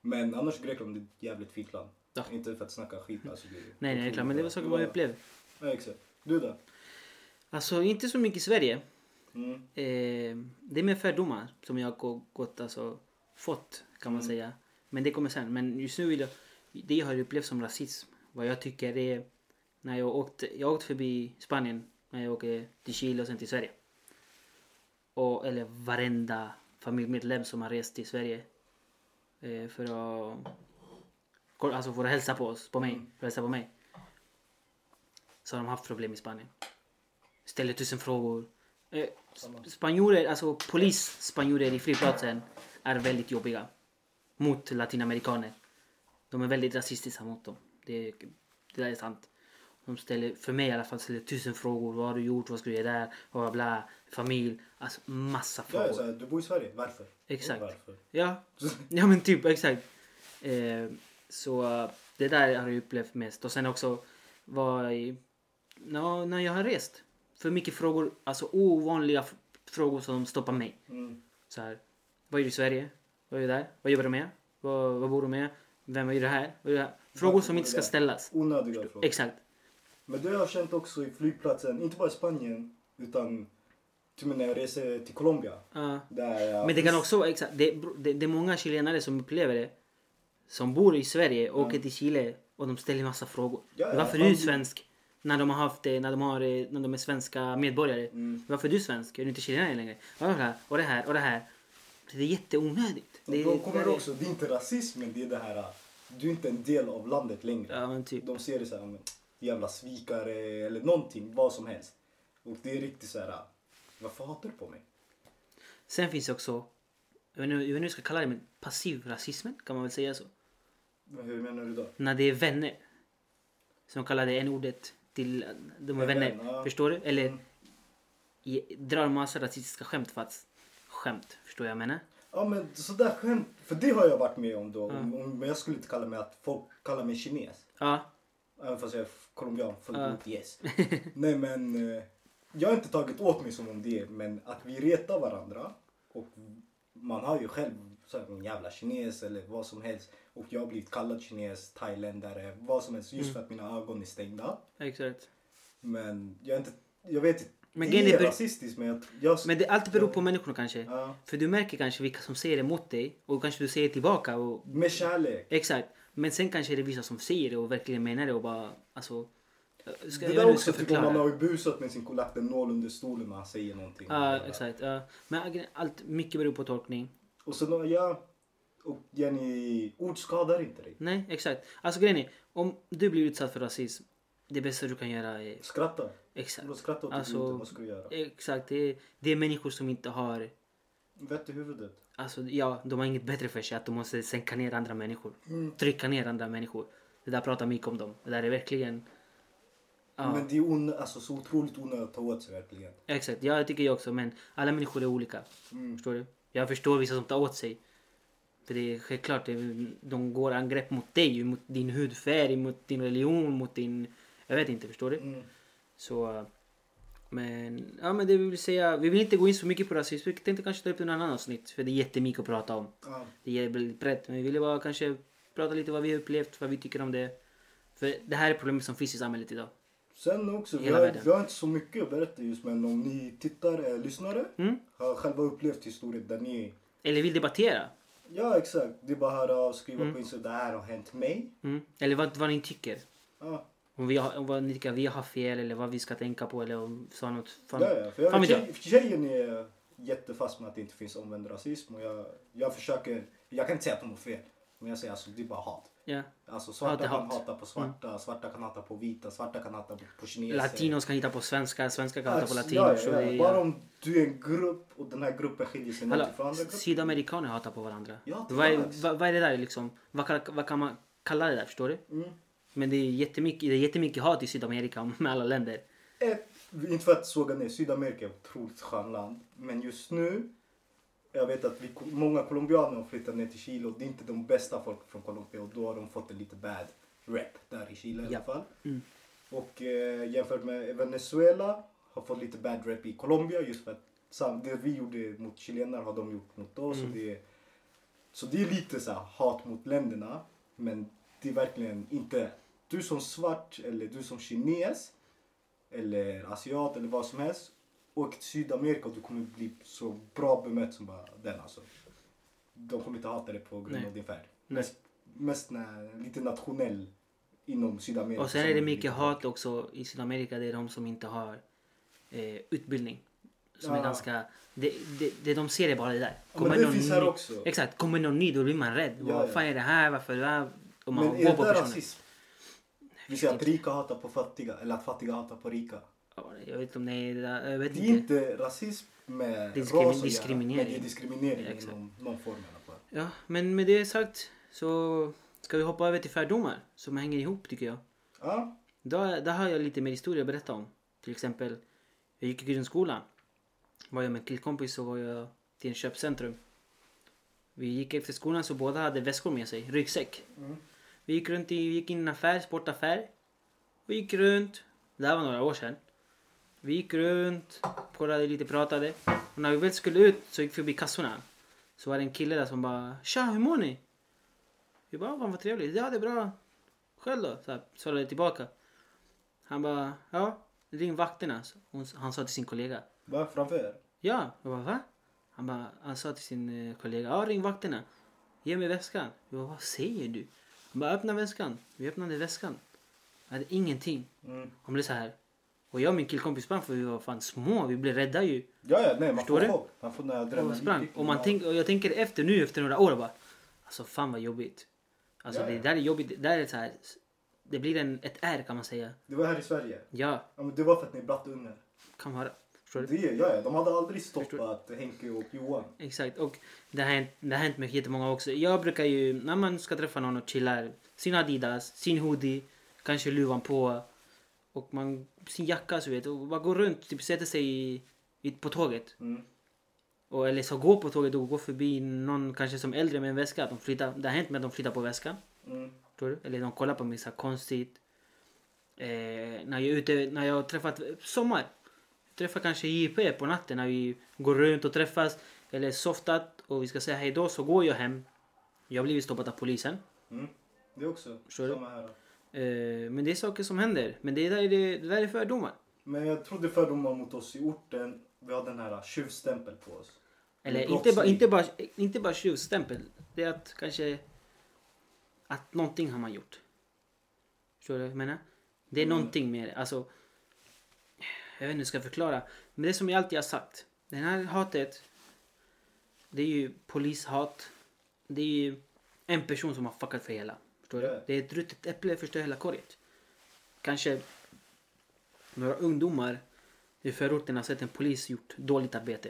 Men annars Grekland är ett jävligt fint land. Ja. Inte för att snacka skit alltså. Det är Nej, nej, det är klart. Men det var saker man upplevde. Ja, exakt. Du då? Alltså inte så mycket i Sverige. Mm. Eh, det är mer fördomar som jag har gått, alltså, fått kan man säga. Men det kommer sen. Men just nu vill jag, det jag har upplevt som rasism. Vad jag tycker är när jag åkt, jag har åkt förbi Spanien när jag åker till Chile och sen till Sverige. Och, eller varenda familjemedlem som har rest till Sverige eh, för att kolla- alltså för att hälsa på oss, på mig, Mm. för att hälsa på mig. Så har de haft problem i Spanien. Ställer tusen frågor. Eh, sp- spanjorer, alltså polisspanjorer i flygplatsen är väldigt jobbiga mot latinamerikaner. De är väldigt rasistiska mot dem. Det, det där är sant. De ställer, för mig i alla fall, ställer tusen frågor. Vad har du gjort? Vad ska du göra där? Bla, bla, bla. Familj. Alltså massa Ja, så frågor. här, du bor i Sverige, varför? Exakt. Varför? Ja, ja men typ exakt. Eh, så eh, det där har jag upplevt mest. Och sen också var i, ja, när jag har rest. För mycket frågor, alltså ovanliga f- frågor som stoppar mig. Mm. Så här, vad gör du i Sverige? Vad gör du där? Vad jobbar du med? Vad, vad bor du med? Vem är du här? Vad gör du här? Frågor Varför som bor inte du ska där? Oh. ställas. Onödiga frågor. Exakt. Men det har jag känt också i flygplatsen, inte bara i Spanien, utan till och med när jag reser till Colombia. Ja. Där jag, Men det kan också, exakt, det, det, det är många chilenare som upplever det. Som bor i Sverige, åker till Chile och de ställer massa frågor. Ja, ja, Varför man är du blir- svensk? När de har haft det, när de, har, eh, när de är svenska medborgare. Mm. Varför är du svensk? Är du inte chilenare längre? Ja, det här, och det här och det här. Det är jätteonödigt. Det är, De kommer också, det är inte rasism, men det är det här, äh, du är inte en del av landet längre. Ja men typ. De ser det så här, men, jävla svikare eller någonting, vad som helst. Och det är riktigt så här, äh, varför hatar du på mig? Sen finns det också, jag vet inte jag vet inte hur jag ska kalla det, men passiv rasismen kan man väl säga så. Men Hur menar du då? När det är vänner. Som kallar det n-ordet till de är Ja, vänner. vän, ja. Förstår du? Eller Mm. i, drar massa rasistiska skämt för att skämt. Förstår jag vad jag menar? Ja men sådär skämt, för det har jag varit med om då. Om, om, men jag skulle inte kalla mig att folk kallar mig kines. Ja. Även fast jag är colombian, fullgod yes. Nej men, eh, jag har inte tagit åt mig som om det, men att vi retar varandra och man har ju själv så här, en jävla kines eller vad som helst och jag har blivit kallad kines, thailändare, vad som helst Mm. just för att mina ögon är stängda. Exakt. Men Men jag, är inte, jag vet inte, Men det grejen är är- rasistiskt men jag... jag det allt beror på människorna kanske. Ja. För du märker kanske vilka som säger det mot dig och kanske du säger tillbaka. Och, Med kärlek. exakt. Men sen kanske det är vissa som säger det och verkligen menar det och bara alltså. jag Ska, jag vet inte det där hur jag också ska tycker man förklara. har ju busat med sin kollekt en nål under stolen när han säger någonting. Ja, exakt. ja. Men allt, mycket beror på tolkning. Och så då, ja. Och Jenny, ord skadar inte dig. Nej, exakt. Alltså grejen är, om du blir utsatt för rasism, det bästa du kan göra är... Skratta. Exakt. Låt skratta åt Alltså- alltså... vad ska du göra? Exakt, det är, det är människor som inte har... Vett i huvudet. Alltså ja, de har inget bättre för sig att de måste sänka ner andra människor. Trycka ner andra människor. Det där pratar mycket om dem. Det där är verkligen... Ja, Men det är on... alltså, så otroligt onödigt att ta åt sig verkligen. exakt. Ja, det tycker jag också. Men alla människor är olika. Förstår du? Jag förstår vissa som tar åt sig. För det är självklart, det är, de går angrepp mot dig, mot din hudfärg, mot din religion, mot din... Jag vet inte, förstår du? Mm. Så... Men, ja men det vi vill säga, vi vill inte gå in så mycket på rasism. Vi tänkte kanske ta upp det i en annan avsnitt. För det är jättemycket att prata om. Ja. Det är väldigt brett. Men vi ville bara kanske prata lite vad vi har upplevt, vad vi tycker om det. För det här är problem som finns i samhället idag. Sen också, vi Hela har, världen. vi har inte så mycket att berätta just men om ni tittare, eh, lyssnare Mm. har själva upplevt historier där ni Eller vill debattera. Ja exakt, det är bara att höra av skriva på Instagram, det här har hänt mig. Mm. Eller vad, vad ni tycker. Ja. Om, vi har, om vad ni tycker att vi har fel eller vad vi ska tänka på eller om sa något. Fan, Ja, ja. För fan jag, vet tjej, jag. tjejen är jättefast med att det inte finns omvänd rasism. Och jag, jag försöker, jag kan inte säga att de har fel. Men jag säger alltså det är bara hat. Ja. Alltså svarta Hat är kan hat. hata på svarta, Mm. svarta kan hata på vita, svarta kan hata på, på kineser. Latinos kan hitta på svenskar, svenskar kan hitta på eh. Alltså, latinos. Ja, och ja, det ja. är- Bara om du är en grupp och den här gruppen skiljer sig Hallå, något från andra grupper. sydamerikaner hatar på varandra. Ja, vad, är, tillbaks. vad, vad är det där liksom? Vad kan, vad kan man kalla det där? Förstår du? Mm. Men det är jättemycket, det är jättemycket hat i Sydamerika med alla länder. Ett, inte för att såga ner, Sydamerika är ett otroligt skönt land. Men just nu, jag vet att vi, många colombianer har flyttat ner till Chile och det är inte de bästa folk från Colombia och då har de fått en lite bad rep där i Chile i Ja. Mm. alla fall. Och eh, jämfört med Venezuela har fått lite bad rep i Colombia just för att sam- det vi gjorde mot chilenare har de gjort mot oss. Mm. Och det, så det är lite så här, hat mot länderna men det är verkligen inte du som svart eller du som kines eller asiat eller vad som helst. Åk till Sydamerika och du kommer bli så bra bemött som bara den alltså. De kommer inte hata dig på grund Nej. av din färg. Nej. Mest, mest när, lite nationell inom Sydamerika. Och sen som är det blir mycket lite- hat också i Sydamerika. Det är de som inte har eh, utbildning. Som Ja. är ganska... Det, det, det de ser är bara det där. men det någon finns här ny- också. Exakt, kommer någon ny då blir man rädd. Ja, Vad ja. fan är det här? Varför är det här? Och man Men går är det på där personen. rasism? Vi säger att rika hatar på fattiga eller att fattiga hatar på rika. vad var det? Jag vet inte om det är... det där, Jag vet Det är inte. inte rasism med Diskrimi- ras att göra, men diskriminering. det är diskriminering Ja, i exakt. någon, någon form i alla fall. Ja, men med det sagt så ska vi hoppa över till fördomar som hänger ihop tycker jag. Ja, Där, där har jag lite mer historia att berätta om. Till exempel, jag gick i grundskolan. Var jag med en killkompis så var jag till en köpcentrum. Vi gick efter skolan så båda hade väskor med sig, ryggsäck. Vi gick runt i, vi gick in i en affär, sportaffär. Vi gick runt, det här var några år sedan. Vi gick runt, kollade lite, pratade. Och när vi väl skulle ut så gick vi förbi kassorna. Så var det en kille där som bara “Tja, hur mår ni?” Vi bara “Fan vad trevligt, ja det är bra, själv då?” Så här, svarade jag tillbaka. Han bara “Ja, ring vakterna”. Så hon- Han sa till sin kollega. va? Framför er? Ja, jag bara va? Han, bara, han sa till sin eh, kollega, ja ring vakterna. Ge mig väskan. Jag bara, vad säger du? Han bara, öppna väskan. Vi öppnade väskan. Jag hade ingenting. Mm. Han blev så här. Och jag och min killkompis sprang för vi var fan små. Vi blev rädda ju. Ja, ja, nej, man Förstår får du? chock. Man får Och adrenalin. sprang. Och, man tänk, och jag tänker efter nu efter några år bara. Alltså fan vad jobbigt. Alltså Ja, ja. det där är jobbigt. Det där är så här. Det blir en, ett R kan man säga. Det var här i Sverige. Ja, Ja, men det var för att ni är brattungar. kan vara. Förstår du? Det, ja, ja, de hade aldrig Förstår stoppat Henke och Johan. Exakt, och det har hänt, det har hänt mig jättemånga också. Jag brukar ju, när man ska träffa någon och chillar, sin Adidas, sin hoodie, kanske luvan på och man, sin jacka så vet och bara går runt, typ sätter sig i, i, på tåget. Mm. Och, eller så går på tåget och går förbi någon kanske som är äldre med en väska. Att de flyttar, det har hänt mig att de flyttar på väskan. Mm. Förstår du? Eller de kollar på mig så här konstigt. Eh, när jag är ute, när jag har träffat, sommar. Jag träffar kanske JP på natten när vi går runt och träffas. Eller softat och vi ska säga hej då så går jag hem. Jag har blivit stoppad av polisen. Mm. Det är också Förstår du? samma här. Eh, men det är saker som händer. Men det där är, det, det där är fördomar. Men jag trodde fördomar mot oss i orten. Vi hade den här tjuvstämpel på oss. Eller Men inte, ba, brottsling. inte, bara, inte bara tjuvstämpel. Det är att kanske... Att någonting har man gjort. Förstår du vad jag menar? Det Mm. är någonting med det. Alltså... Jag vet inte hur jag ska förklara. Men det som jag alltid har sagt. Det här hatet. Det är ju polishat. Det är ju en person som har fuckat för hela. Förstår Ja. du? Det är ett ruttet äpple förstör hela korget. Kanske några ungdomar i förorten har sett en polis gjort dåligt arbete.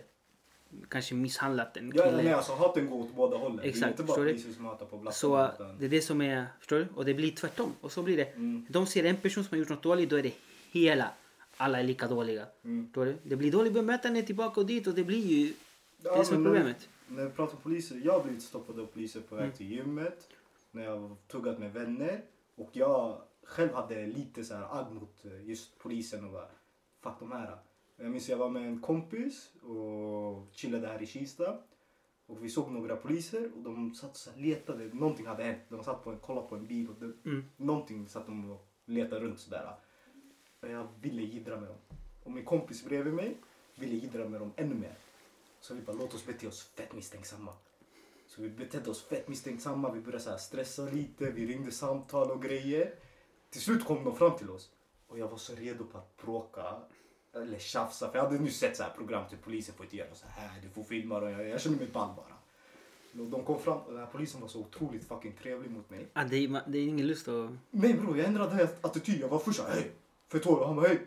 Kanske misshandlat en Ja, nej, kille. alltså haten går åt båda hållen. det är Exakt, inte bara förstår du? poliser som hatar på blatten. Så utan- det är det som är, förstår du? Och det blir tvärtom. Och så blir det. Mm. De ser en person som har gjort något dåligt, då är det hela. Alla är lika dåliga. Mm. Förstår du? Det blir dåligt bemötande tillbaka och dit och det blir ju... Det är Ja, det som är men när- problemet. Mm. När vi pratar om poliser, jag har blivit stoppad av poliser på väg till gymmet. När jag har tuggat med vänner. Och jag själv hade lite så här agg mot eh, just polisen och bara fuck de här. Jag minns jag var med en kompis och chillade här i Kista. Och vi såg några poliser och de satt så här, letade, någonting hade hänt. De satt på en, kollade på en bil och det, Mm. någonting satt de och letade runt sådär. Och Jag ville jiddra med dem. Och min kompis bredvid mig ville jiddra med dem ännu mer. Så vi bara, låt oss bete oss fett misstänksamma. Så vi betedde oss fett misstänksamma, vi började så här stressa lite, vi ringde samtal och grejer. Till slut kom de fram till oss och jag var så redo på att bråka eller tjafsa. För jag hade nu sett så här program till polisen får inte göra så här, "Äh, du får filma dem. Jag, jag kände mig ball bara. Och de kom fram och den här polisen var så otroligt fucking trevlig mot mig. Ah, det, är, ma- det är ingen lust att... Nej bror, jag ändrade helt attityd. Jag var först såhär, hej! För ett år, och han bara, hej!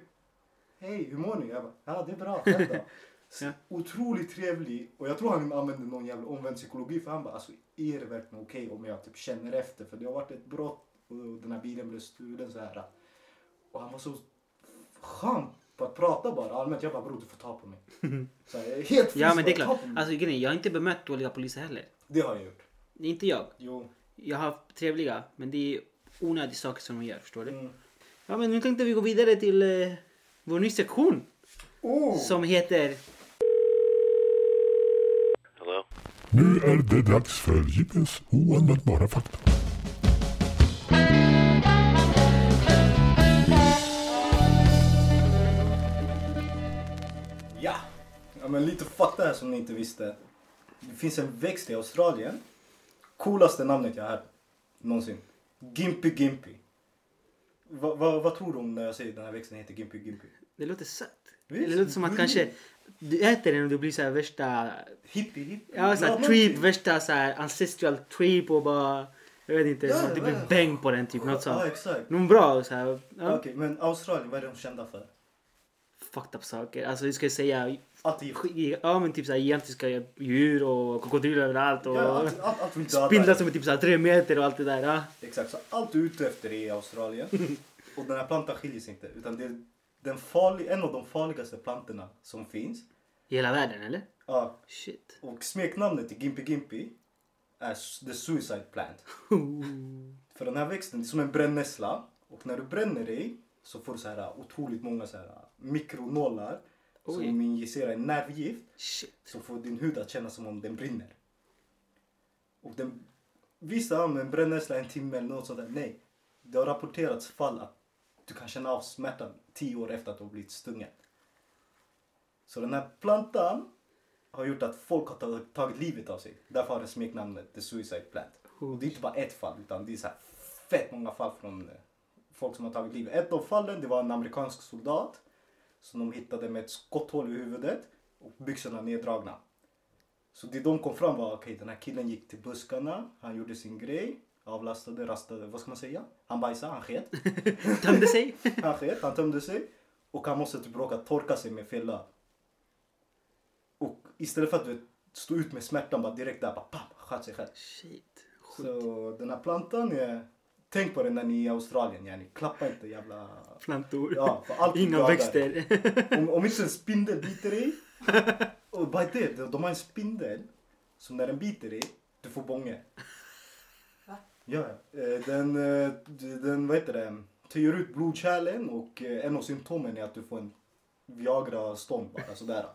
Hej, hur mår ni? Jag bara, ja det är bra, själv då? Ja. Otroligt trevlig och jag tror han använde någon jävla omvänd psykologi för han bara, alltså är det verkligen okej om jag typ känner efter? För det har varit ett brott och den här bilen blev stulen så här. Och han var så skön på att prata bara allmänt. Jag bara, bror du får ta på mig. Så här, jag är helt Ja men det är frisk, bara, klart. ta på mig. Alltså grejen är, jag har inte bemött dåliga poliser heller. Det har jag gjort. Inte jag. Jo. Jag har haft trevliga, men det är onödiga saker som de gör, förstår du? Mm. Ja men nu tänkte vi gå vidare till eh, vår ny sektion. Oh! Som heter... Hello? Nu är det dags för Jippes oanvändbara fakta. Ja! ja men lite fakta här som ni inte visste. Det finns en växt i Australien. Coolaste namnet jag har hört någonsin. Gimpy Gimpy. Va, va, vad tror du om när jag säger den här växten heter Gimpy Gimpy? Det låter sött. Visst, mm. det låter som att gulligt. kanske du äter den och du blir så här värsta... Hippie hippie. Ja, så här men- trip, värsta så här ancestral trip och bara... Jag vet inte, Ja, som att du blir ja. bäng på den typ. Något Ja, sånt. exakt. Någon bra så här. Ja. Okej, men Australien, vad är de kända för? fucked up saker. Alltså vi ska säga, Allt är gift. ja men typ såhär gigantiska djur och krokodiler överallt och Ja, allt, allt, allt vi dödar. spindlar som är typ såhär tre meter och allt det där. Ja. Exakt, så allt du är ute efter är i Australien. Och den här plantan skiljer sig inte. Utan det är den farlig, en av de farligaste plantorna som finns. I hela världen eller? Ja, Shit. och smeknamnet till Gimpy Gimpy är s- the suicide plant. För den här växten, det är som en brännässla. Och när du bränner dig så får du så här uh, otroligt många så här uh, mikronålar. Oj. Som injicerar en nervgift. Shit. Så får din hud att kännas som om den brinner. Och den, vissa använder en brännässla en timme eller något sånt där. Nej. Det har rapporterats fall att du kan känna av smärtan tio år efter att du har blivit stungen. Så den här plantan har gjort att folk har tagit, tagit livet av sig. Därför har den smeknamnet The Suicide Plant. Och det är inte bara ett fall utan det är så här fett många fall från eh, folk som har tagit livet. Ett av fallen det var en amerikansk soldat som de hittade med ett skotthål i huvudet och byxorna neddragna. Så det de kom fram var okej den här killen gick till buskarna, han gjorde sin grej, avlastade, rastade, vad ska man säga? Han bajsade, han sket. Tömde sig. Han sket, han tömde sig och han måste typ råka torka sig med fel löv. Och istället för att du vet, stå ut med smärtan bara direkt där, bara pam, sköt sig själv. Shit. Så den här plantan, är, tänk på den när ni är i Australien, yani. klappa inte jävla... Plantor. Ja, för allt Inga dödar. växter. Om, om inte en spindel biter dig, och bara det, de- de har en spindel som när den biter dig, du får bånge. Va? Ja, eh, den, eh, den, vad heter det, töjer ut blodkärlen och eh, en av symptomen är att du får en Viagra-stånd bara sådär.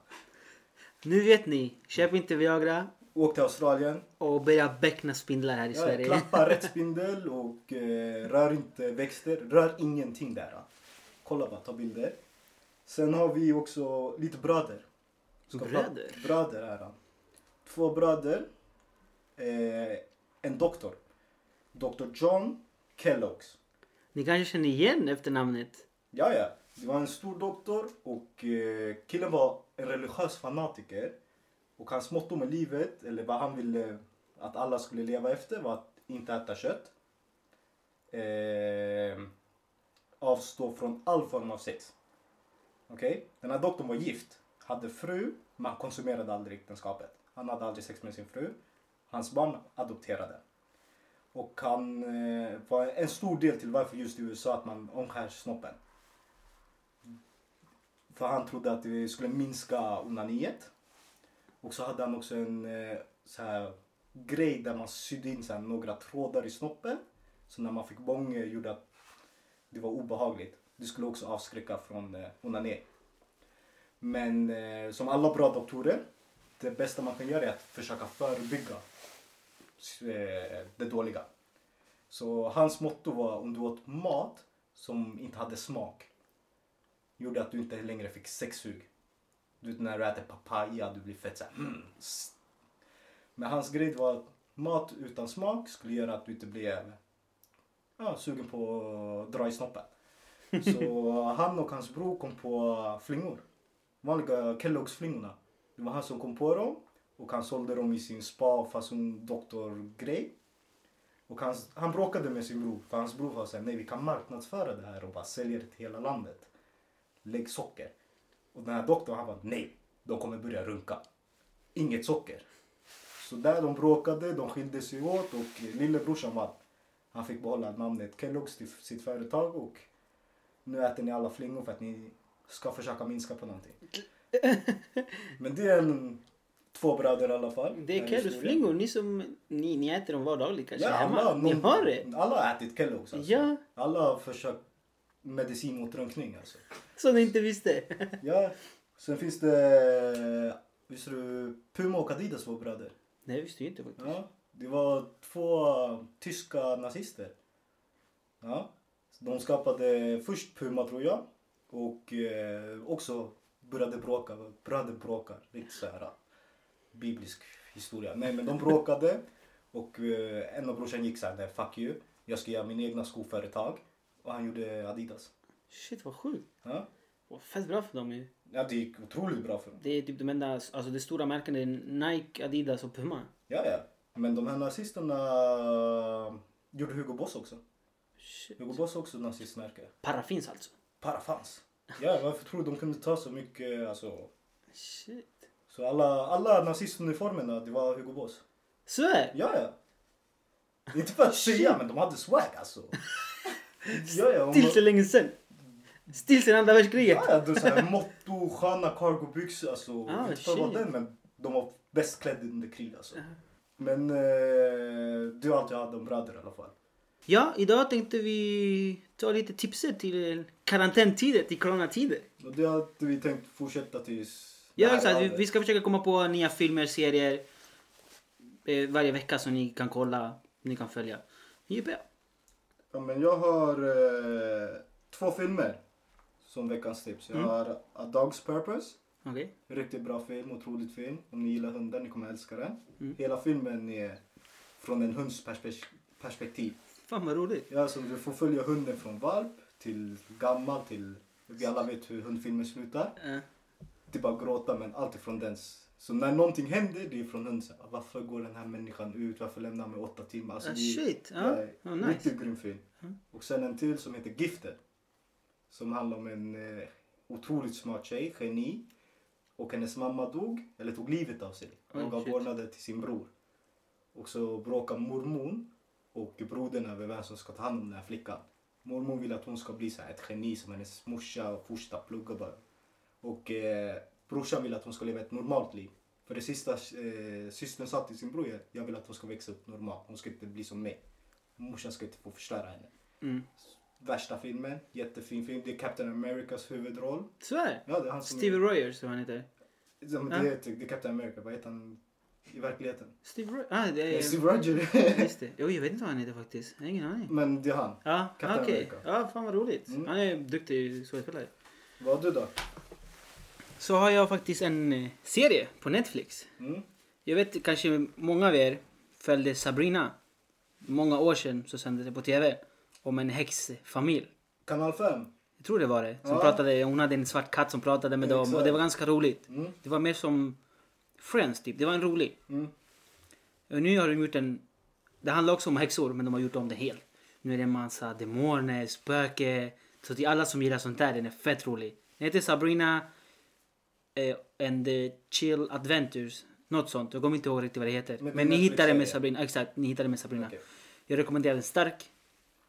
Nu vet ni. Köp inte Viagra Åk till Australien, och börja bäckna spindlar här i ja, Sverige. klappa rätt spindel och eh, rör inte växter, rör ingenting där. eh. Kolla bara, ta bilder. Sen har vi också lite bröder. Bröder? Bröder är han. Två bröder. Eh, en doktor. Dr John Kelloggs. Ni kanske känner igen efternamnet? Ja, ja. Det var en stor doktor och eh, killen var en religiös fanatiker. Och hans motto med livet, eller vad han ville att alla skulle leva efter var att inte äta kött. Eh, avstå från all form av sex. Okej? Den här doktorn var gift, hade fru, men han konsumerade aldrig äktenskapet. Han hade aldrig sex med sin fru. Hans barn adopterade. Och han eh, var en stor del till varför just i USA att man omskär snoppen. För han trodde att det skulle minska onaniet. Och så hade han också en eh, så här, grej där man sydde in så här, några trådar i snoppen. Så när man fick bång eh, gjorde att det var obehagligt. Det skulle också avskräcka från eh, onani. Men eh, som alla bra doktorer, det bästa man kan göra är att försöka förebygga eh, det dåliga. Så hans motto var om du åt mat som inte hade smak gjorde att du inte längre fick sexsug. Du vet när du äter papaya, du blir fett såhär mm. s- Men hans grej var att mat utan smak skulle göra att du inte blev ja, sugen på att dra i snoppen. Så han och hans bror kom på flingor. Vanliga Kelloggs flingorna. Det var han som kom på dem och han sålde dem i sin spa fason doktorgrej. Och han, han bråkade med sin bror för hans bror var såhär, nej vi kan marknadsföra det här och bara sälja det till hela landet. Lägg socker. Och den här doktorn han bara, nej, de kommer börja runka. Inget socker. Så där de bråkade, de skilde sig åt och eh, lillebrorsan vann. Han fick behålla namnet Kellogg's till sitt företag och nu äter ni alla flingor för att ni ska försöka minska på någonting. Men det är en, två bröder i alla fall. Det är Den Kelloggs historien. flingor. Ni som... Ni, ni äter dem vardagligt kanske Ja, hemma? alla, Ni någon- har det? alla har ätit Kellogg's alltså. Ja. Alla har försökt medicin mot drunkning alltså. Som ni inte visste? Ja. Sen finns det, visste du, Puma och Adidas var bröder. Nej, det visste jag inte faktiskt. Ja. Det var två tyska nazister. Ja. De skapade först Puma tror jag. Och eh, också började bråka. Bröder bråkar. Riktigt så här biblisk historia. Nej men de bråkade. Och eh, en av brorsan gick så här, "Nej, fuck you. Jag ska göra min egna skoföretag. Och han gjorde Adidas. Shit vad sjukt. Ja. Vad Fett bra för dem ju. Ja, det gick otroligt bra för dem. Det är typ de enda, alltså det stora märkena är Nike, Adidas och Puma. Ja, ja. Men de här nazisterna gjorde Hugo Boss också. Shit. Hugo Boss är också ett nazistmärke. Paraffins alltså. Parafans. Ja, varför tror du de kunde ta så mycket, alltså? Shit. Så alla, alla nazistuniformerna, det var Hugo Boss. Så är Ja, ja. Inte för att säga, men de hade swag alltså. Ja, ja. Till så hon- länge sen. Still sen andra världskriget. Ja, ja. Det var så här motto, sköna cargobyxor alltså. Ah, inte för att vara shit. den, men de var bäst klädda under krig alltså. Men eh, du har alltid haft en bröder i alla fall. Ja, idag tänkte vi ta lite tipset till karantäntider, till coronatider. Och det hade vi tänkt fortsätta tills... det Ja, här exakt. Vi, landet- vi ska försöka komma på nya filmer, serier eh, varje vecka som ni kan kolla, ni kan följa. JP. Ja, men jag har eh, två filmer som veckans tips. Jag har A Dog's Purpose. Okej. Riktigt bra film, otroligt film. Om ni gillar hundar, ni kommer älska den. Hela filmen är från en hunds perspek- perspektiv. Fan vad roligt. Ja, så du får följa hunden från valp till gammal till... Vi alla vet hur hundfilmer slutar. Eh, Det är bara att typ gråta, men allt är från dens. Så när någonting händer, det är från hunden. Så här, Varför går den här människan ut? Varför lämnar han mig åtta timmar? Alltså, Ah, det- shit. Ja. Nej, Ja, nice. Riktigt grym film. Och sen en till som heter Gifted. Som handlar om en eh, otroligt smart tjej, geni. Och hennes mamma dog, eller tog livet av sig. Oj, Och gav shit. vårdnaden till sin bror. Och så bråkar mormon och brodern över vem som ska ta hand om den här flickan. Mormon vill att hon ska bli så här ett geni som hennes morsa och första pluggar bara. Och eh, brorsan vill att hon ska leva ett normalt liv. För det sista eh, systern sa till sin bror är jag vill att hon ska växa upp normalt. Hon ska inte bli som mig. Morsan ska inte få förstöra henne. Mm. Värsta filmen, jättefin film. Det är Captain Americas huvudroll. Så är det. Ja, det är han som... Steve Rogers tror jag han heter. Ja, men det, är, typ- det är Captain America, vad heter han i verkligheten? Steve Rogers? Ah, det Eh, är... Steve Roger. Just det. Jo, jag vet inte vad han heter faktiskt. Jag har ingen aning. men det är han. Ja, Captain okej. America. Ja, fan vad roligt. Mm. Han är en duktig skådespelare. Vad har du då? Så har jag faktiskt en eh, serie på Netflix. Mm. Jag vet kanske många av er följde Sabrina. Många år sedan så sändes det på TV om en häxfamilj. Kanal 5? Jag tror det var det. Som Ja. pratade, hon hade en svart katt som pratade med dem och Exakt. det var ganska roligt. Mm. Det var mer som Friends typ. Det var en rolig. Mm. Och nu har de gjort en... Det handlar också om häxor men de har gjort om det helt. Nu är det en massa demoner, spöke. Så till alla som gillar sånt där, den är fett rolig. Den heter Sabrina eh, and the Chill Adventures. Något sånt. Jag kommer inte ihåg riktigt vad det heter. Men- Men, men ni hittar det med Netflix-serie. Sabrina. Exakt, ni hittar det med Sabrina. Okej. Jag rekommenderar den stark.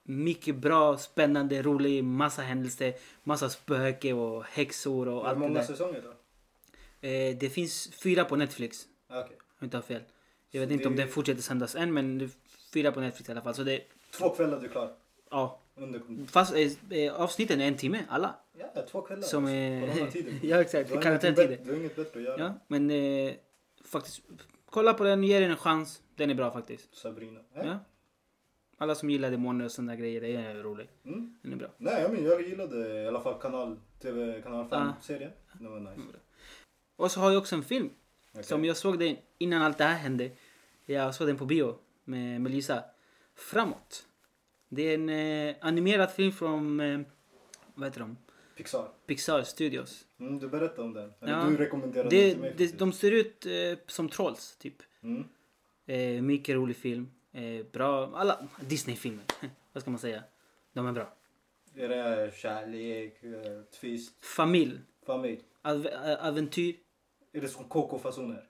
Mycket bra, spännande, rolig, massa händelser, massa spöke och häxor och Hur allt det många där. säsonger då? Eh, det finns fyra på Netflix Ah, Okej. om jag inte har fel. Jag Så vet inte om det- den fortsätter sändas än men det är fyra på Netflix i alla fall. Så det, Två kvällar du är klar. ja. Under... Fast eh, eh, avsnitten är en timme, alla. Ja, två kvällar. Som alltså. är- Coronatider. Ja, exakt. Du har ingenting Karantäntider. bättre- Du har inget bättre att göra. Ja, men eh, faktiskt, kolla på den, ge den en chans. Den är bra faktiskt. Sabrina. Eh? Ja. Alla som gillar demoner och sådana där grejer, det är rolig. Mm. Den är bra. Nej, jag, men, jag gillade i alla fall kanal, TV, kanal 5-serien. Den var nice. Och så har jag också en film. Okej. Som jag såg den innan allt det här hände. Jag såg den på bio med Melissa. Framåt. Det är en eh, animerad film från, eh, vad heter de? Pixar. Pixar Studios. Mm, du berättade om den. Ja. Eller Du rekommenderade den Det, till mig. det, de ser ut eh, som trolls, typ. Mm. Eh, mycket rolig film. Eh, bra. Alla Disney-filmer. vad ska man säga? De är bra. Är det kärlek, eh, twist, Familj. eh, familj? Av, ä- äventyr. Är det som KK-fasoner?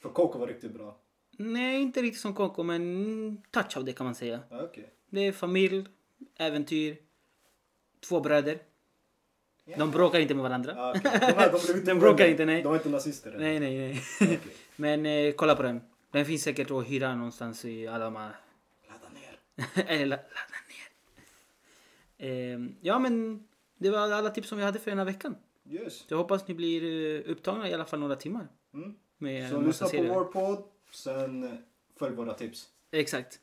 För KK var riktigt bra. Nej, inte riktigt som Coco, men mm, touch av det kan man säga. Ja, Okej. Det är familj, äventyr, två bröder. De bråkar inte med varandra. Ja, okej. De, här, de, blev inte De bråkar ovänner. inte, nej. De var inte nazister. eller? Nej, nej, nej. Okej. Men eh, kolla på den. Den finns säkert att hyra någonstans i alla de här... Ladda ner. Eller la- ladda ner. Ehm, ja, men det var alla tips som vi hade för den här veckan. Yes. Så jag hoppas ni blir eh, upptagna i alla fall några timmar. Mm. Med Så en massa lyssna på serier. vår podd, sen eh, följ våra tips. Exakt.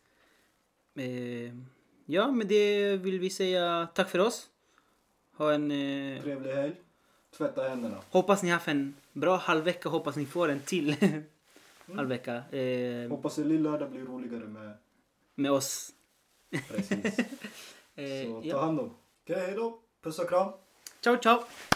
Ehm, ja, med det vill vi säga tack för oss. Ha en... Eh, Trevlig helg. Tvätta händerna. Hoppas ni har haft en bra halvvecka. Hoppas ni får en till halvvecka eh, Hoppas det lilla där blir roligare med med oss. precis. Eh, Så ta ja. hand om. Okej, hej då. Puss och kram. Ciao, ciao!